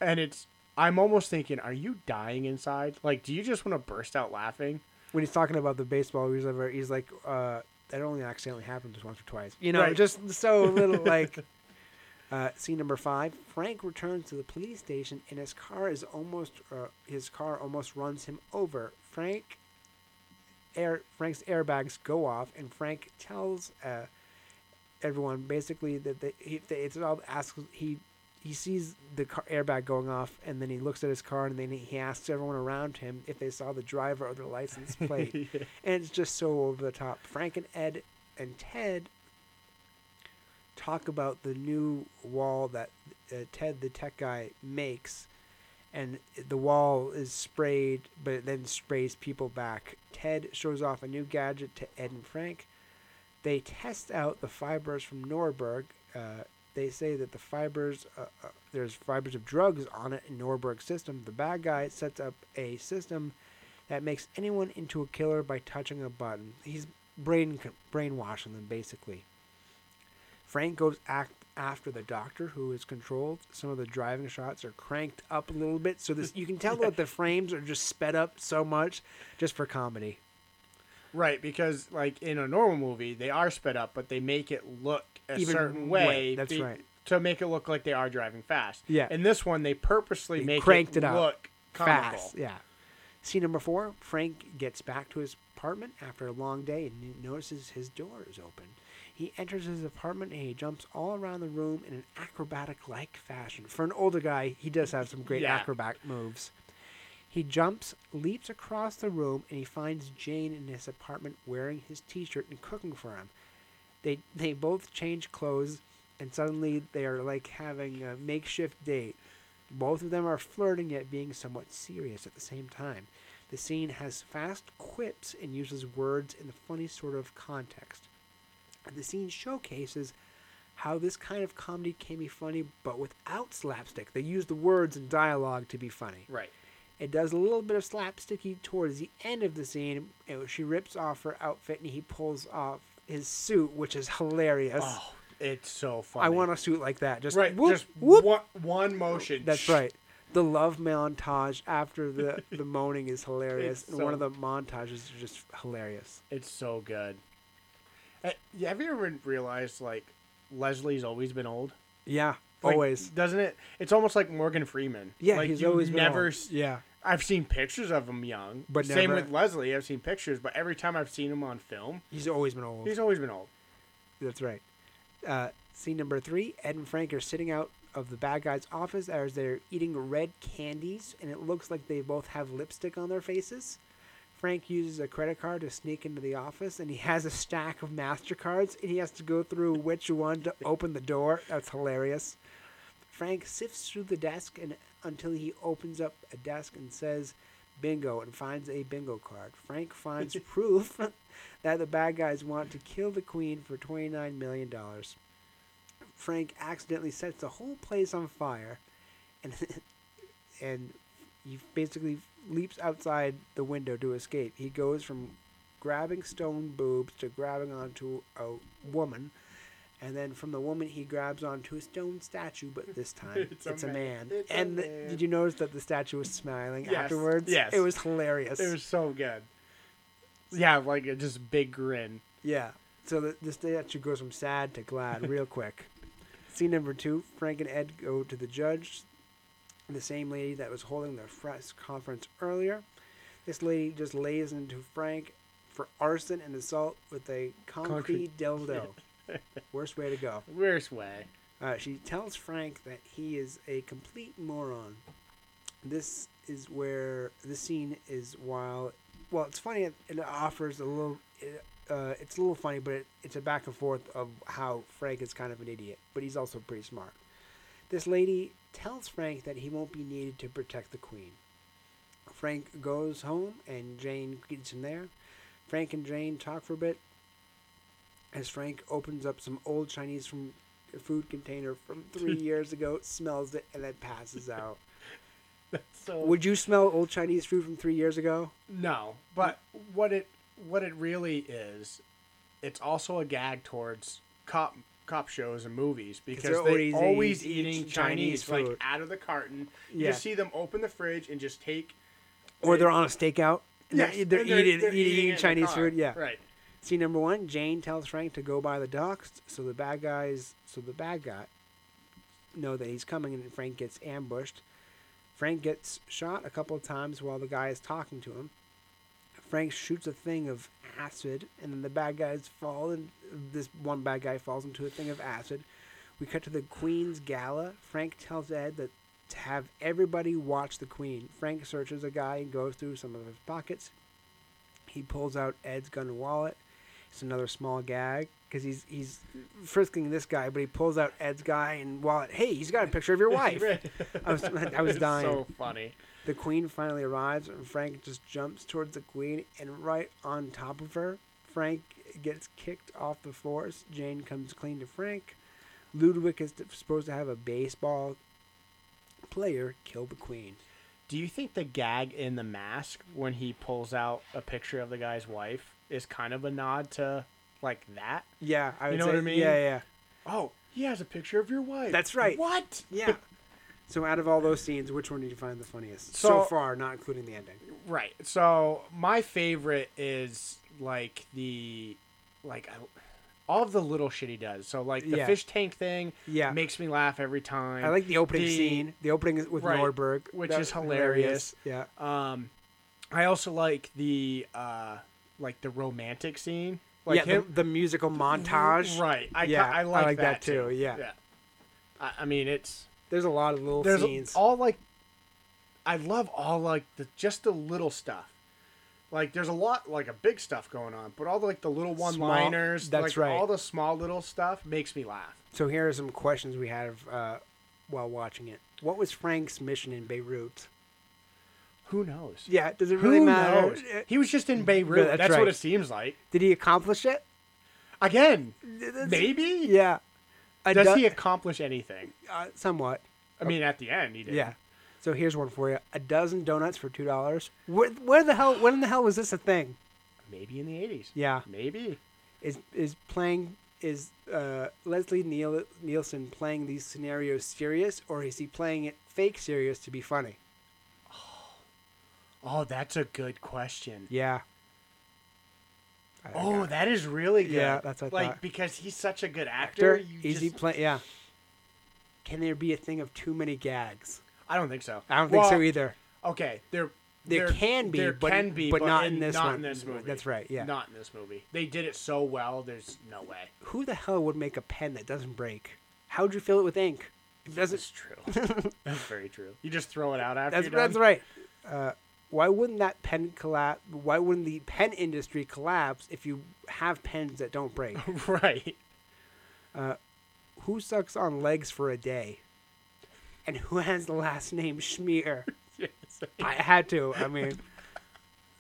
Speaker 2: And it's I'm almost thinking, are you dying inside? Like, do you just want to burst out laughing?
Speaker 1: when he's talking about the baseball, he's like, he's like, uh, that only accidentally happened just once or twice. You know,
Speaker 2: Right.
Speaker 1: just so little like. Uh, scene number five: Frank returns to the police station, and his car is almost uh, his car almost runs him over. Frank air Frank's airbags go off, and Frank tells uh, everyone basically that they, he, they, it's all asks he he sees the car, airbag going off, and then he looks at his car, and then he asks everyone around him if they saw the driver or the license plate, and it's just so over the top. Frank and Ed and Ted talk about the new wall that uh, Ted the tech guy makes and the wall is sprayed, but it then sprays people back. Ted shows off a new gadget to Ed and Frank. They test out the fibers from Norberg. Uh, they say that the fibers, uh, uh, there's fibers of drugs on it in Norberg's system. The bad guy sets up a system that makes anyone into a killer by touching a button. He's brain brainwashing them basically. Frank goes act after the doctor, who is controlled. Some of the driving shots are cranked up a little bit, so this you can tell that the frames are just sped up so much, just for comedy.
Speaker 2: Right, because like in a normal movie, they are sped up, but they make it look a
Speaker 1: Even
Speaker 2: certain way.
Speaker 1: way, that's
Speaker 2: be-
Speaker 1: right.
Speaker 2: To make it look like they are driving fast.
Speaker 1: Yeah.
Speaker 2: In this one, they purposely
Speaker 1: They
Speaker 2: make
Speaker 1: cranked
Speaker 2: it,
Speaker 1: it up
Speaker 2: look comical.
Speaker 1: Fast, yeah. Scene number four: Frank gets back to his apartment after a long day and he notices his door is open. He enters his apartment and he jumps all around the room in an acrobatic-like fashion. For an older guy, he does have some great
Speaker 2: Yeah.
Speaker 1: acrobat moves. He jumps, leaps across the room, and he finds Jane in his apartment wearing his T-shirt and cooking for him. They they both change clothes, and suddenly they are like having a makeshift date. Both of them are flirting yet being somewhat serious at the same time. The scene has fast quips and uses words in a funny sort of context. And the scene showcases how this kind of comedy can be funny, but without slapstick. They use the words and dialogue to be funny.
Speaker 2: Right.
Speaker 1: It does a little bit of slapsticky towards the end of the scene. and she rips off her outfit and he pulls off his suit, which is hilarious.
Speaker 2: Oh, it's so funny.
Speaker 1: I want a suit like that. Just
Speaker 2: right.
Speaker 1: whoop,
Speaker 2: just
Speaker 1: whoop.
Speaker 2: One, one motion.
Speaker 1: That's right. The love montage after the, the moaning is hilarious.
Speaker 2: It's
Speaker 1: and one of
Speaker 2: so-
Speaker 1: the montages is just hilarious.
Speaker 2: It's so good. Uh, Have you ever realized like Leslie's always been old?
Speaker 1: Yeah,
Speaker 2: Like,
Speaker 1: always.
Speaker 2: doesn't it? It's almost like Morgan Freeman.
Speaker 1: Yeah,
Speaker 2: like,
Speaker 1: he's
Speaker 2: you
Speaker 1: always been
Speaker 2: never.
Speaker 1: on.
Speaker 2: s-
Speaker 1: Yeah,
Speaker 2: I've seen pictures of him young,
Speaker 1: But
Speaker 2: same
Speaker 1: never-
Speaker 2: with Leslie. I've seen pictures, but every time I've seen him on film,
Speaker 1: he's always been old.
Speaker 2: he's always been old.
Speaker 1: That's right. Uh, scene number three: Ed and Frank are sitting out of the bad guy's office as they're eating red candies, and it looks like they both have lipstick on their faces. Frank uses a credit card to sneak into the office, and he has a stack of Mastercards, and he has to go through which one to open the door. That's hilarious. Frank sifts through the desk and until he opens up a desk and says bingo and finds a bingo card. Frank finds proof that the bad guys want to kill the queen for $29 million. Frank accidentally sets the whole place on fire. and and he basically leaps outside the window to escape. He goes from grabbing stone boobs to grabbing onto a woman, and then from the woman he grabs onto a stone statue. But this time it's,
Speaker 2: It's a
Speaker 1: a man.
Speaker 2: man. It's a
Speaker 1: and the-
Speaker 2: man.
Speaker 1: did you notice that the statue was smiling
Speaker 2: Yes,
Speaker 1: afterwards?
Speaker 2: yes.
Speaker 1: it was hilarious.
Speaker 2: It was so good. Yeah, like a just big grin.
Speaker 1: Yeah. So the, the statue goes from sad to glad real quick. Scene number two Frank and Ed go to the judge, the same lady that was holding the press conference earlier. This lady just lays into Frank for arson and assault with a concrete, dildo. Worst way to go.
Speaker 2: Worst way.
Speaker 1: Uh, she tells Frank that he is a complete moron. This is where the scene is while well, it's funny. It, it offers a little. It, uh, it's a little funny, but it, it's a back and forth of how Frank is kind of an idiot, but he's also pretty smart. This lady tells Frank that he won't be needed to protect the Queen. Frank goes home, and Jane greets him there. Frank and Jane talk for a bit as Frank opens up some old Chinese from a food container from three years ago, smells it, and then passes out.
Speaker 2: So
Speaker 1: Would you smell old Chinese food from three years ago?
Speaker 2: no, but what it what it really is, it's also a gag towards cop cop shows and movies because
Speaker 1: they're
Speaker 2: they're
Speaker 1: always
Speaker 2: always,
Speaker 1: eat-
Speaker 2: eating
Speaker 1: eat Chinese
Speaker 2: Chinese,
Speaker 1: food.
Speaker 2: like out of the carton.
Speaker 1: Yeah.
Speaker 2: You just see them open the fridge and just take.
Speaker 1: Or they're on a stakeout? and
Speaker 2: Yes,
Speaker 1: they're, they're
Speaker 2: and
Speaker 1: eating,
Speaker 2: they're
Speaker 1: eating,
Speaker 2: it in the
Speaker 1: Chinese
Speaker 2: car.
Speaker 1: food. Yeah.
Speaker 2: right.
Speaker 1: Scene number one: Jane tells Frank to go by the docks, so the bad guys, so the bad guy, know that he's coming, and Frank gets ambushed. Frank gets shot a couple of times while the guy is talking to him. Frank shoots a thing of acid, and then the bad guys fall, and this one bad guy falls into a thing of acid. We cut to the Queen's Gala. Frank tells Ed that to have everybody watch the Queen. Frank searches a guy and goes through some of his pockets. He pulls out Ed's gun and wallet. It's another small gag because he's he's frisking this guy, but he pulls out Ed's guy and wallet. Hey, he's got a picture of your wife.
Speaker 2: Right.
Speaker 1: I was I was
Speaker 2: It's
Speaker 1: dying.
Speaker 2: So funny.
Speaker 1: The queen finally arrives, and Frank just jumps towards the queen, and right on top of her, Frank gets kicked off the force. Jane comes clean to Frank. Ludwig is supposed to have a baseball player kill the queen.
Speaker 2: Do you think the gag in the mask when he pulls out a picture of the guy's wife is kind of a nod to like that?
Speaker 1: Yeah, I would
Speaker 2: know
Speaker 1: say-
Speaker 2: what I mean?
Speaker 1: Yeah, yeah,
Speaker 2: Oh, he has a picture of your wife.
Speaker 1: That's right.
Speaker 2: What?
Speaker 1: yeah. so, out of all those scenes, which one did you find the funniest so
Speaker 2: So-
Speaker 1: far? Not including the ending.
Speaker 2: Right. So my favorite is like the like I, all of the little shit he does. So like the
Speaker 1: Yeah.
Speaker 2: fish tank thing
Speaker 1: Yeah.
Speaker 2: makes me laugh every time.
Speaker 1: I like the opening
Speaker 2: The-
Speaker 1: scene. The opening is with
Speaker 2: right,
Speaker 1: Nordberg,
Speaker 2: which
Speaker 1: is
Speaker 2: is hilarious.
Speaker 1: Yeah,
Speaker 2: Um, I also like the uh like the romantic scene. Like
Speaker 1: yeah. the-
Speaker 2: him,
Speaker 1: the, musical montage.
Speaker 2: Right. I,
Speaker 1: Yeah,
Speaker 2: yeah, I like, that, too.
Speaker 1: yeah.
Speaker 2: I, I mean, it's
Speaker 1: There's a lot of little
Speaker 2: there's
Speaker 1: scenes.
Speaker 2: all like I love all like the just the little stuff. Like there's a lot like a big stuff going on, but all the, like the little one-liners,
Speaker 1: that's
Speaker 2: like
Speaker 1: right.
Speaker 2: all the small little stuff makes me laugh.
Speaker 1: So here are some questions we have uh, while watching it. What was Frank's mission in Beirut?
Speaker 2: Who knows?
Speaker 1: Yeah, does it
Speaker 2: Who
Speaker 1: really matter?
Speaker 2: knows?
Speaker 1: Uh,
Speaker 2: He was just in Beirut.
Speaker 1: Yeah, that's
Speaker 2: that's
Speaker 1: right.
Speaker 2: what it seems like.
Speaker 1: Did he accomplish it?
Speaker 2: Again,
Speaker 1: That's-
Speaker 2: maybe.
Speaker 1: Yeah. A
Speaker 2: Does
Speaker 1: du-
Speaker 2: he accomplish anything?
Speaker 1: Uh, somewhat.
Speaker 2: I mean, at the end, he did.
Speaker 1: Yeah. So here's one for you: a dozen donuts for two dollars. Where, where the hell? When in the hell was this a thing?
Speaker 2: Maybe in the '80s.
Speaker 1: Yeah.
Speaker 2: Maybe.
Speaker 1: Is is playing is uh, Leslie Niel- Nielsen playing these scenarios serious, or is he playing it fake serious to be funny?
Speaker 2: Oh, that's a good question.
Speaker 1: Yeah. I- I got
Speaker 2: Oh,
Speaker 1: it.
Speaker 2: that is really good.
Speaker 1: Yeah, that's what I
Speaker 2: like
Speaker 1: thought.
Speaker 2: because he's such a good actor.
Speaker 1: actor,
Speaker 2: You
Speaker 1: easy
Speaker 2: just,
Speaker 1: play. Yeah. Can there be a thing of too many gags?
Speaker 2: I don't think so.
Speaker 1: I don't think so
Speaker 2: Well,
Speaker 1: either.
Speaker 2: Okay, there
Speaker 1: There can be,
Speaker 2: there
Speaker 1: but-
Speaker 2: can be,
Speaker 1: but
Speaker 2: but,
Speaker 1: not
Speaker 2: in,
Speaker 1: in this
Speaker 2: not
Speaker 1: one.
Speaker 2: in this movie.
Speaker 1: That's right, yeah.
Speaker 2: not in this movie. They did it so well. There's no way.
Speaker 1: Who the hell would make a pen that doesn't break? How would you fill it with ink? It doesn't.
Speaker 2: That's true. that's very true. You just throw it out after.
Speaker 1: That's
Speaker 2: you're done.
Speaker 1: that's right. Uh, why wouldn't that pen collapse? Why wouldn't the pen industry collapse if you have pens that don't break?
Speaker 2: right.
Speaker 1: who sucks on legs for a day? And who has the last name Schmear?
Speaker 2: Yes.
Speaker 1: I had to. I mean,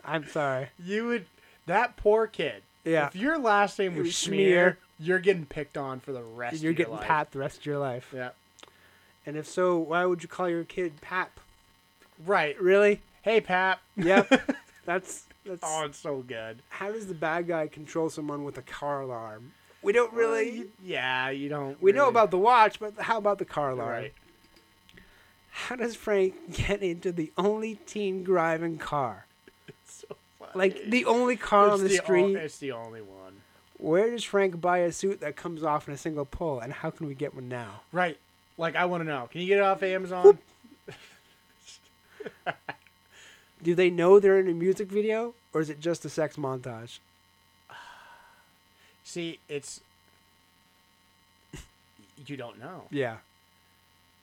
Speaker 1: I'm sorry.
Speaker 2: You would that poor kid.
Speaker 1: Yeah.
Speaker 2: If your last name
Speaker 1: It
Speaker 2: was
Speaker 1: was
Speaker 2: Schmear,
Speaker 1: Schmear.
Speaker 2: you're getting picked on for the rest.
Speaker 1: You're
Speaker 2: of your
Speaker 1: getting
Speaker 2: life.
Speaker 1: pat the rest of your life.
Speaker 2: Yeah.
Speaker 1: And if so, why would you call your kid Pap?
Speaker 2: Right.
Speaker 1: Really?
Speaker 2: Hey, Pap.
Speaker 1: Yep. that's that's.
Speaker 2: Oh, it's so good.
Speaker 1: How does the bad guy control someone with a car alarm? We don't really.
Speaker 2: Well, you- yeah, you don't.
Speaker 1: we know
Speaker 2: really-
Speaker 1: about the watch, but how about the car alarm?
Speaker 2: Right.
Speaker 1: How does Frank get into the only teen driving car?
Speaker 2: It's so funny.
Speaker 1: Like the only car
Speaker 2: It's
Speaker 1: on the,
Speaker 2: o-
Speaker 1: street.
Speaker 2: it's the only one.
Speaker 1: Where does Frank buy a suit that comes off in a single pull, and how can we get one now?
Speaker 2: Right. Like I want to know. Can you get it off Amazon?
Speaker 1: Do they know they're in a music video, or is it just a sex montage?
Speaker 2: See, it's. You don't know.
Speaker 1: Yeah,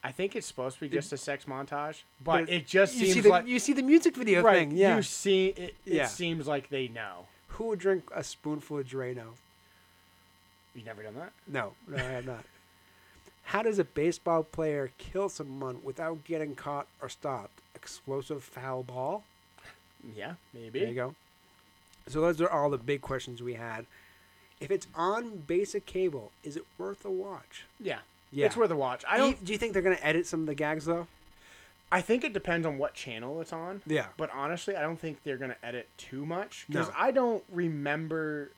Speaker 2: I think it's supposed to be just a sex montage,
Speaker 1: But
Speaker 2: but it just
Speaker 1: you
Speaker 2: seems
Speaker 1: see the
Speaker 2: like
Speaker 1: you see the music video
Speaker 2: right.
Speaker 1: thing. Yeah,
Speaker 2: You see, it, it
Speaker 1: Yeah.
Speaker 2: seems like they know.
Speaker 1: who would drink a spoonful of Drano?
Speaker 2: You never done that?
Speaker 1: No, no, I have not. How does a baseball player kill someone without getting caught or stopped? Explosive foul ball.
Speaker 2: Yeah, maybe.
Speaker 1: There you go. So those are all the big questions we had. If it's on basic cable, is it worth a watch?
Speaker 2: Yeah.
Speaker 1: Yeah.
Speaker 2: It's worth a watch. I
Speaker 1: Do you,
Speaker 2: don't.
Speaker 1: do you think they're gonna edit some of the gags though?
Speaker 2: I think it depends on what channel it's on.
Speaker 1: Yeah.
Speaker 2: But honestly, I don't think they're gonna edit too much because
Speaker 1: No.
Speaker 2: I don't remember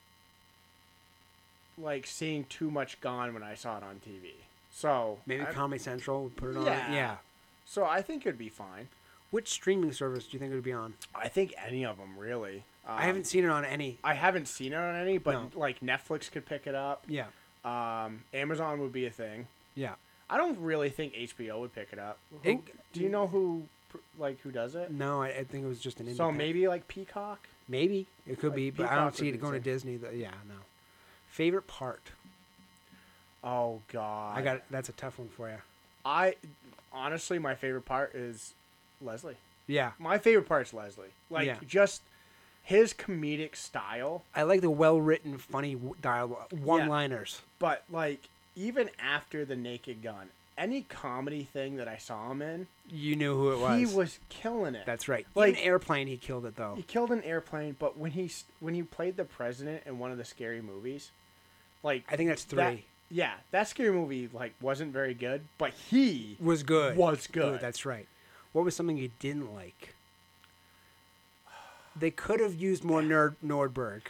Speaker 2: like seeing too much Gone when I saw it on TV. So
Speaker 1: Maybe
Speaker 2: I-
Speaker 1: Comedy Central would put it on.
Speaker 2: Yeah.
Speaker 1: Yeah.
Speaker 2: so I think it'd be fine.
Speaker 1: Which streaming service do you think it would be on?
Speaker 2: I think any of them really. Um,
Speaker 1: I haven't seen it on any.
Speaker 2: I haven't seen it on any, but
Speaker 1: No.
Speaker 2: like Netflix could pick it up.
Speaker 1: Yeah.
Speaker 2: Um, Amazon would be a thing.
Speaker 1: Yeah.
Speaker 2: I don't really think HBO would pick it up. Who-
Speaker 1: It-
Speaker 2: do you know who pr- like who does it?
Speaker 1: No, I, I think it was just an.
Speaker 2: So
Speaker 1: independent-
Speaker 2: maybe like Peacock.
Speaker 1: Maybe it could
Speaker 2: Like
Speaker 1: be, but I don't
Speaker 2: Peacock
Speaker 1: see
Speaker 2: would
Speaker 1: it
Speaker 2: be
Speaker 1: going to
Speaker 2: the
Speaker 1: Disney. Though. Yeah, no. Favorite part?
Speaker 2: Oh God,
Speaker 1: I got that's a tough one for you.
Speaker 2: I honestly, my favorite part is Leslie.
Speaker 1: Yeah,
Speaker 2: My favorite part is Leslie. Like
Speaker 1: Yeah.
Speaker 2: just his comedic style,
Speaker 1: I like the well-written, funny w- dialogue, one-liners.
Speaker 2: but like even after the Naked Gun, any comedy thing that I saw him in,
Speaker 1: You knew who it was.
Speaker 2: he was killing it.
Speaker 1: That's right. Like
Speaker 2: Like-
Speaker 1: Even airplane, he killed it though.
Speaker 2: he killed an airplane, but when he s- when he played the president in one of the scary movies, like
Speaker 1: I think that's three.
Speaker 2: that, yeah, that scary movie like wasn't very good, but he
Speaker 1: was good.
Speaker 2: was good.
Speaker 1: That's right. What was something you didn't like? They could have used more Nerd Nordberg.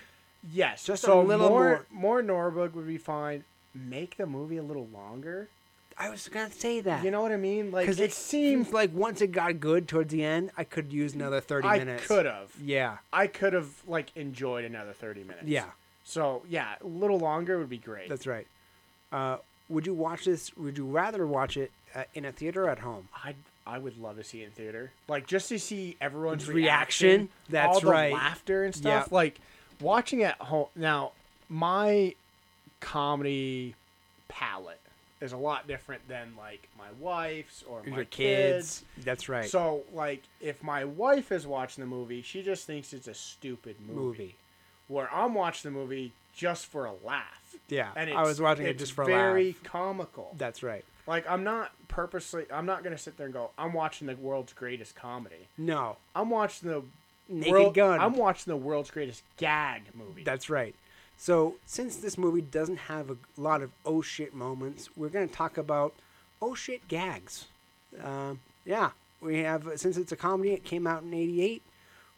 Speaker 2: Yes,
Speaker 1: Just
Speaker 2: just
Speaker 1: a
Speaker 2: so
Speaker 1: little
Speaker 2: more, more. Norberg would be fine. Make the movie a little longer.
Speaker 1: I was gonna say that.
Speaker 2: You know what I mean? Like
Speaker 1: because
Speaker 2: it, seems
Speaker 1: like once it got good towards the end, I could use another thirty
Speaker 2: I
Speaker 1: minutes.
Speaker 2: could have.
Speaker 1: Yeah.
Speaker 2: I could have like enjoyed another thirty minutes.
Speaker 1: Yeah.
Speaker 2: So yeah, a little longer would be great.
Speaker 1: That's right. Uh, would you watch this? Would you rather watch it uh, in a theater or at home?
Speaker 2: I I would love to see it in theater. Like just to see everyone's
Speaker 1: Reaction?
Speaker 2: reaction.
Speaker 1: That's
Speaker 2: all the
Speaker 1: right.
Speaker 2: Laughter and stuff.
Speaker 1: Yeah.
Speaker 2: Like watching at home. Now my comedy palette is a lot different than like my wife's or my kids.
Speaker 1: That's right.
Speaker 2: So, like, if my wife is watching the movie, she just thinks it's a stupid movie.
Speaker 1: movie.
Speaker 2: Where I'm watching the movie just for a laugh.
Speaker 1: Yeah, I was watching it
Speaker 2: it's
Speaker 1: just for a
Speaker 2: very
Speaker 1: laugh.
Speaker 2: comical.
Speaker 1: That's right.
Speaker 2: Like, I'm not purposely. I'm not gonna sit there and go. I'm watching the world's greatest comedy.
Speaker 1: No,
Speaker 2: I'm watching the
Speaker 1: Naked
Speaker 2: world-
Speaker 1: Gun.
Speaker 2: I'm watching the world's greatest gag movie.
Speaker 1: that's right. So since this movie doesn't have a lot of oh shit moments, we're going to talk about oh shit gags. Um, yeah, we have since it's a comedy, it came out in '88.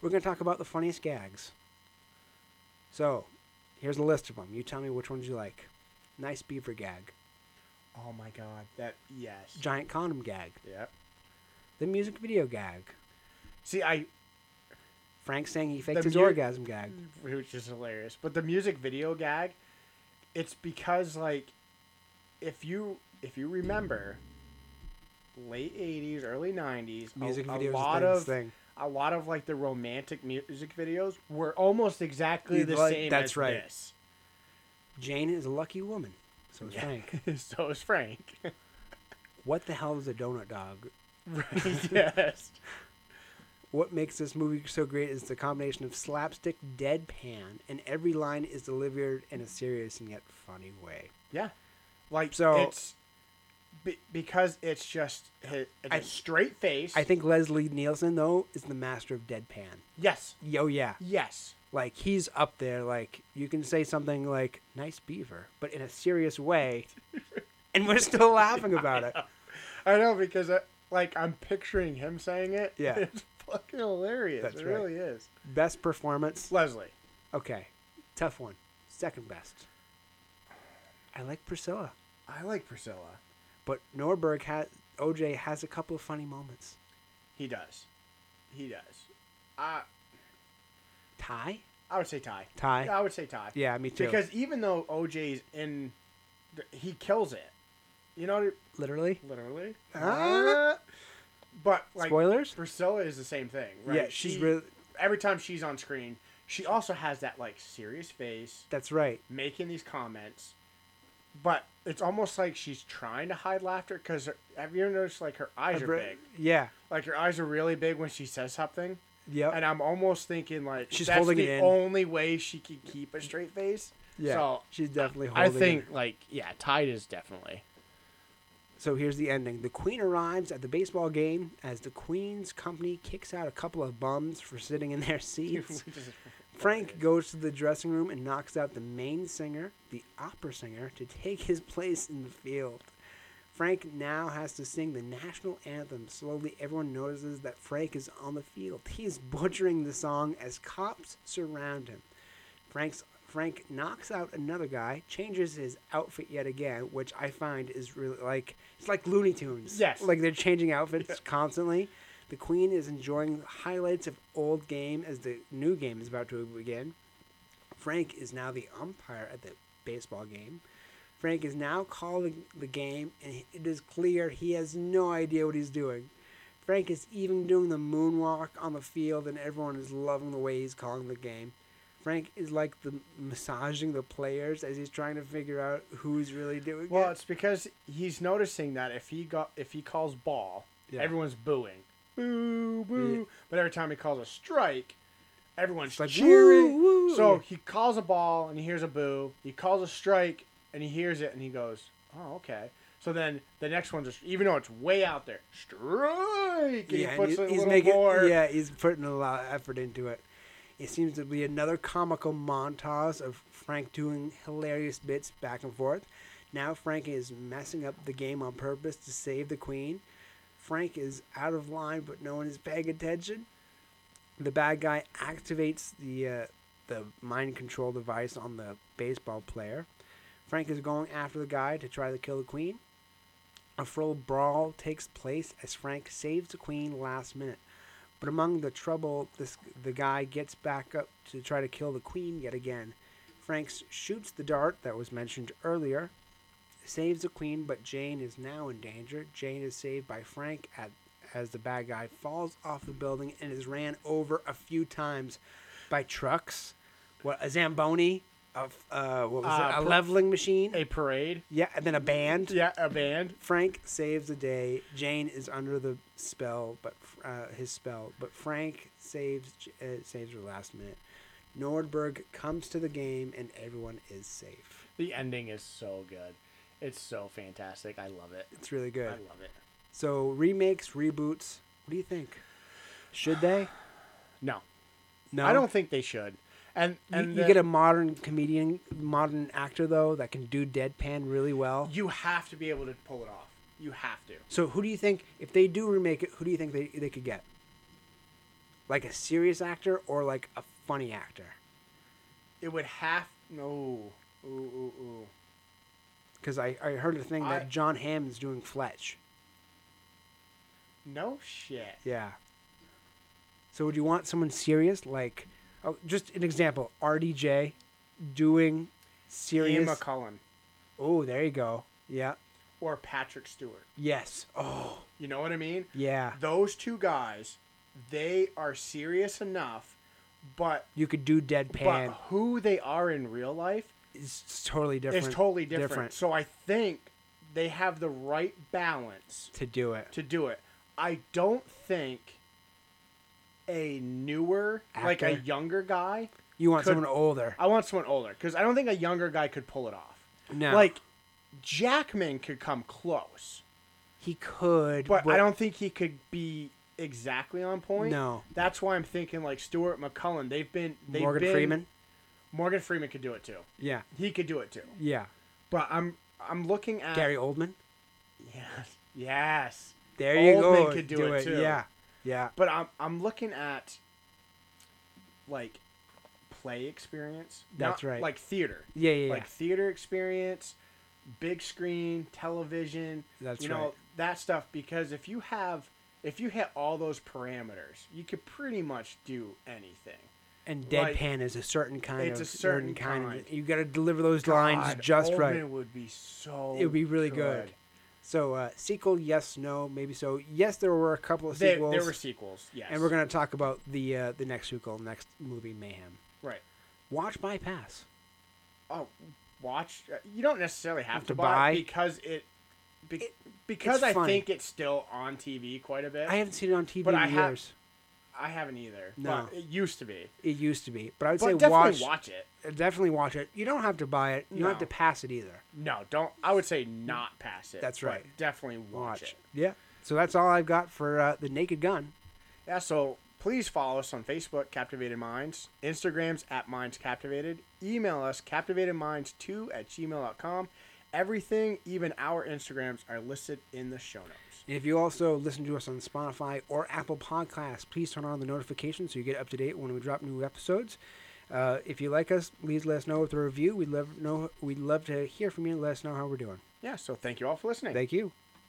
Speaker 1: We're going to talk about the funniest gags. So, here's a list of them. You tell me which ones you like. Nice beaver gag.
Speaker 2: oh my god. That yes.
Speaker 1: Giant condom gag.
Speaker 2: Yep.
Speaker 1: The music video gag.
Speaker 2: See, I
Speaker 1: Frank saying he faked
Speaker 2: The
Speaker 1: his
Speaker 2: mu-
Speaker 1: orgasm gag.
Speaker 2: which is hilarious. But the music video gag, it's because like, if you if you remember, late eighties, early nineties,
Speaker 1: Music
Speaker 2: a,
Speaker 1: videos is
Speaker 2: a lot
Speaker 1: things
Speaker 2: of
Speaker 1: thing.
Speaker 2: a lot of like the romantic music videos were almost exactly the
Speaker 1: Like,
Speaker 2: same.
Speaker 1: that's
Speaker 2: as
Speaker 1: right.
Speaker 2: This.
Speaker 1: Jane is a lucky woman. So is Frank.
Speaker 2: so is Frank.
Speaker 1: What the hell is a donut dog?
Speaker 2: right. Yes.
Speaker 1: What makes this movie so great is the combination of slapstick deadpan, and every line is delivered in a serious and yet funny way.
Speaker 2: Yeah. Like
Speaker 1: So-
Speaker 2: so. It's, be- because it's just it's a
Speaker 1: I-
Speaker 2: straight face.
Speaker 1: I think Leslie Nielsen, though, is the master of deadpan.
Speaker 2: yes,
Speaker 1: Yo, yeah.
Speaker 2: yes,
Speaker 1: Like, he's up there. Like, you can say something like, nice beaver, but in a serious way, and we're still laughing about it.
Speaker 2: I know because I, like I'm picturing him saying it.
Speaker 1: Yeah.
Speaker 2: it's fucking hilarious.
Speaker 1: That's
Speaker 2: it
Speaker 1: right.
Speaker 2: really is.
Speaker 1: Best performance.
Speaker 2: Leslie,
Speaker 1: Okay. Tough one. Second best. I like Priscilla,
Speaker 2: I like Priscilla.
Speaker 1: but Norberg has OJ has a couple of funny moments.
Speaker 2: He does. He does. I
Speaker 1: Ty?
Speaker 2: I would say Ty.
Speaker 1: Ty?
Speaker 2: I would say Ty.
Speaker 1: Yeah, me too.
Speaker 2: Because even though OJ's in, th- he kills it. You know, what I-
Speaker 1: literally.
Speaker 2: literally.
Speaker 1: Ah.
Speaker 2: But like
Speaker 1: Spoilers?
Speaker 2: Priscilla is the same thing, right?
Speaker 1: Yeah, she's really
Speaker 2: every time she's on screen, she also has that like serious face,
Speaker 1: That's right.
Speaker 2: making these comments. But it's almost like she's trying to hide laughter because have you ever noticed like her eyes are
Speaker 1: Br-
Speaker 2: big?
Speaker 1: Yeah.
Speaker 2: Like her eyes are really big when she says something,
Speaker 1: Yep.
Speaker 2: and I'm almost thinking like
Speaker 1: She's
Speaker 2: that's
Speaker 1: holding
Speaker 2: the
Speaker 1: it in.
Speaker 2: only way she can keep a straight face.
Speaker 1: yeah.
Speaker 2: So
Speaker 1: she's definitely
Speaker 2: I
Speaker 1: holding it.
Speaker 2: think like yeah, Tide is definitely
Speaker 1: So here's the ending. The queen arrives at the baseball game as the queen's company kicks out a couple of bums for sitting in their seats. Frank goes to the dressing room and knocks out the main singer, the opera singer, to take his place in the field. Frank now has to sing the national anthem. Slowly, everyone notices that Frank is on the field. He is butchering the song as cops surround him. Frank's Frank knocks out another guy, changes his outfit yet again, which I find is really like it's like Looney Tunes.
Speaker 2: Yes.
Speaker 1: like they're changing outfits constantly. The Queen is enjoying the highlights of old game as the new game is about to begin. Frank is now the umpire at the baseball game. Frank is now calling the game, and it is clear he has no idea what he's doing. Frank is even doing the moonwalk on the field, and everyone is loving the way he's calling the game. Frank is like the massaging the players as he's trying to figure out who's really doing
Speaker 2: Well,
Speaker 1: it.
Speaker 2: it's because he's noticing that if he got if he calls ball,
Speaker 1: Yeah.
Speaker 2: everyone's booing, boo boo. But every time he calls a strike, everyone's
Speaker 1: It's like,
Speaker 2: cheering.
Speaker 1: "Woo, woo."
Speaker 2: So
Speaker 1: Yeah.
Speaker 2: he calls a ball and he hears a boo. He calls a strike and he hears it and he goes, "Oh, okay." So then the next one's just even though it's way out there, strike. And
Speaker 1: Yeah,
Speaker 2: he
Speaker 1: and
Speaker 2: puts
Speaker 1: he-
Speaker 2: a
Speaker 1: he's
Speaker 2: little
Speaker 1: making
Speaker 2: more.
Speaker 1: yeah, he's putting a lot of effort into it. It seems to be another comical montage of Frank doing hilarious bits back and forth. Now Frank is messing up the game on purpose to save the queen. Frank is out of line, but no one is paying attention. The bad guy activates the uh, the mind control device on the baseball player. Frank is going after the guy to try to kill the queen. A full brawl takes place as Frank saves the queen last minute. But among the trouble, this the guy gets back up to try to kill the queen yet again. Frank s- shoots the dart that was mentioned earlier, saves the queen, but Jane is now in danger. Jane is saved by Frank at, as the bad guy falls off the building and is ran over a few times by trucks, what a zamboni, a f- uh, what was
Speaker 2: Uh,
Speaker 1: it, a
Speaker 2: per-
Speaker 1: leveling machine,
Speaker 2: A parade.
Speaker 1: yeah, and then a band.
Speaker 2: Yeah, a band.
Speaker 1: Frank saves the day. Jane is under the spell, but uh, his spell. But Frank saves J- uh, saves her last minute. Nordberg comes to the game, and everyone is safe.
Speaker 2: The ending is so good. It's so fantastic. I love it.
Speaker 1: It's really
Speaker 2: I
Speaker 1: good.
Speaker 2: love it.
Speaker 1: So remakes, reboots. What do you think? Should they?
Speaker 2: No,
Speaker 1: No,
Speaker 2: I don't think they should. And
Speaker 1: You,
Speaker 2: and
Speaker 1: you
Speaker 2: the-
Speaker 1: get a modern comedian, modern actor though that can do deadpan really well.
Speaker 2: you have to be able to pull it off. You have to.
Speaker 1: So who do you think if they do remake it? Who do you think they they could get? Like a serious actor or like a funny actor?
Speaker 2: It would have no. Ooh, ooh, ooh.
Speaker 1: Because I, I heard a thing
Speaker 2: I-
Speaker 1: that John Hamm is doing Fletch.
Speaker 2: No shit.
Speaker 1: Yeah. So would you want someone serious like, oh, just an example, RDJ, doing
Speaker 2: Ian
Speaker 1: serious?
Speaker 2: McCullen
Speaker 1: oh, there you go. Yeah.
Speaker 2: or Patrick Stewart.
Speaker 1: Yes. Oh,
Speaker 2: You know what I mean?
Speaker 1: yeah.
Speaker 2: Those two guys, they are serious enough, but
Speaker 1: You could do
Speaker 2: but
Speaker 1: deadpan.
Speaker 2: who they are in real life
Speaker 1: It's totally different.
Speaker 2: is totally different.
Speaker 1: different.
Speaker 2: So I think they have the right balance
Speaker 1: to do it.
Speaker 2: to do it. I don't think a newer, like a
Speaker 1: Actor?
Speaker 2: younger guy
Speaker 1: You want
Speaker 2: could-
Speaker 1: someone older.
Speaker 2: I want someone older because I don't think a younger guy could pull it off.
Speaker 1: No.
Speaker 2: Like Jackman could come close,
Speaker 1: He could.
Speaker 2: but, I don't think he could be exactly on point.
Speaker 1: No.
Speaker 2: that's why I'm thinking like Stuart McCullen. They've been they've
Speaker 1: Morgan
Speaker 2: been-
Speaker 1: Freeman.
Speaker 2: Morgan Freeman could do it too.
Speaker 1: Yeah.
Speaker 2: He could do it too.
Speaker 1: Yeah.
Speaker 2: Uh, But I'm I'm looking at
Speaker 1: Gary Oldman.
Speaker 2: Yes. Yes.
Speaker 1: There you
Speaker 2: Oldman
Speaker 1: go.
Speaker 2: could do
Speaker 1: do
Speaker 2: it
Speaker 1: it.
Speaker 2: too.
Speaker 1: Yeah, yeah.
Speaker 2: But I'm I'm looking at like play experience.
Speaker 1: That's right.
Speaker 2: Like theater.
Speaker 1: Yeah, yeah,
Speaker 2: Like theater experience, big screen, television.
Speaker 1: That's
Speaker 2: you know
Speaker 1: right.
Speaker 2: that stuff because if you have if you hit all those parameters, you could pretty much do anything.
Speaker 1: And
Speaker 2: like,
Speaker 1: deadpan is a certain kind
Speaker 2: it's
Speaker 1: of
Speaker 2: a certain kind.
Speaker 1: of. You got to deliver those lines
Speaker 2: God,
Speaker 1: just
Speaker 2: Oldman
Speaker 1: right.
Speaker 2: would be so.
Speaker 1: It would be really good. So uh, sequel, yes, no, maybe so. Yes, there were a couple of
Speaker 2: They-
Speaker 1: sequels,
Speaker 2: there were sequels. Yes.
Speaker 1: and we're gonna talk about the uh, the next sequel, next movie, Mayhem.
Speaker 2: right.
Speaker 1: Watch bypass.
Speaker 2: oh, watch. uh, You don't necessarily have, to,
Speaker 1: to
Speaker 2: buy,
Speaker 1: buy?
Speaker 2: it because it, be,
Speaker 1: It-
Speaker 2: because
Speaker 1: it's
Speaker 2: I
Speaker 1: funny.
Speaker 2: think it's still on TV quite a bit.
Speaker 1: I
Speaker 2: I,
Speaker 1: haven't seen it on TV
Speaker 2: But
Speaker 1: in
Speaker 2: I ha-
Speaker 1: years.
Speaker 2: haven't either.
Speaker 1: No.
Speaker 2: but it used to be.
Speaker 1: it used to be, but I would
Speaker 2: But
Speaker 1: say
Speaker 2: definitely
Speaker 1: watch,
Speaker 2: watch, it.
Speaker 1: definitely watch it. You don't have to buy it. You don't have
Speaker 2: No.
Speaker 1: to pass it either.
Speaker 2: No, don't. I would say not pass it.
Speaker 1: That's
Speaker 2: but
Speaker 1: right.
Speaker 2: Definitely
Speaker 1: Watch.
Speaker 2: watch, it.
Speaker 1: Yeah. So that's all I've got for uh, the Naked Gun.
Speaker 2: Yeah. So please follow us on Facebook, Captivated Minds. Instagrams at Minds Captivated. Email us captivatedminds2 at gmail.com. Everything, even our Instagrams, are listed in the show notes.
Speaker 1: If you also listen to us on Spotify or Apple Podcasts, please turn on the notifications so you get up to date when we drop new episodes. Uh, if you like us, please let us know with a review. We'd love know we'd love to hear from you. Let us know how we're doing.
Speaker 2: Yeah. So thank you all for listening.
Speaker 1: Thank you.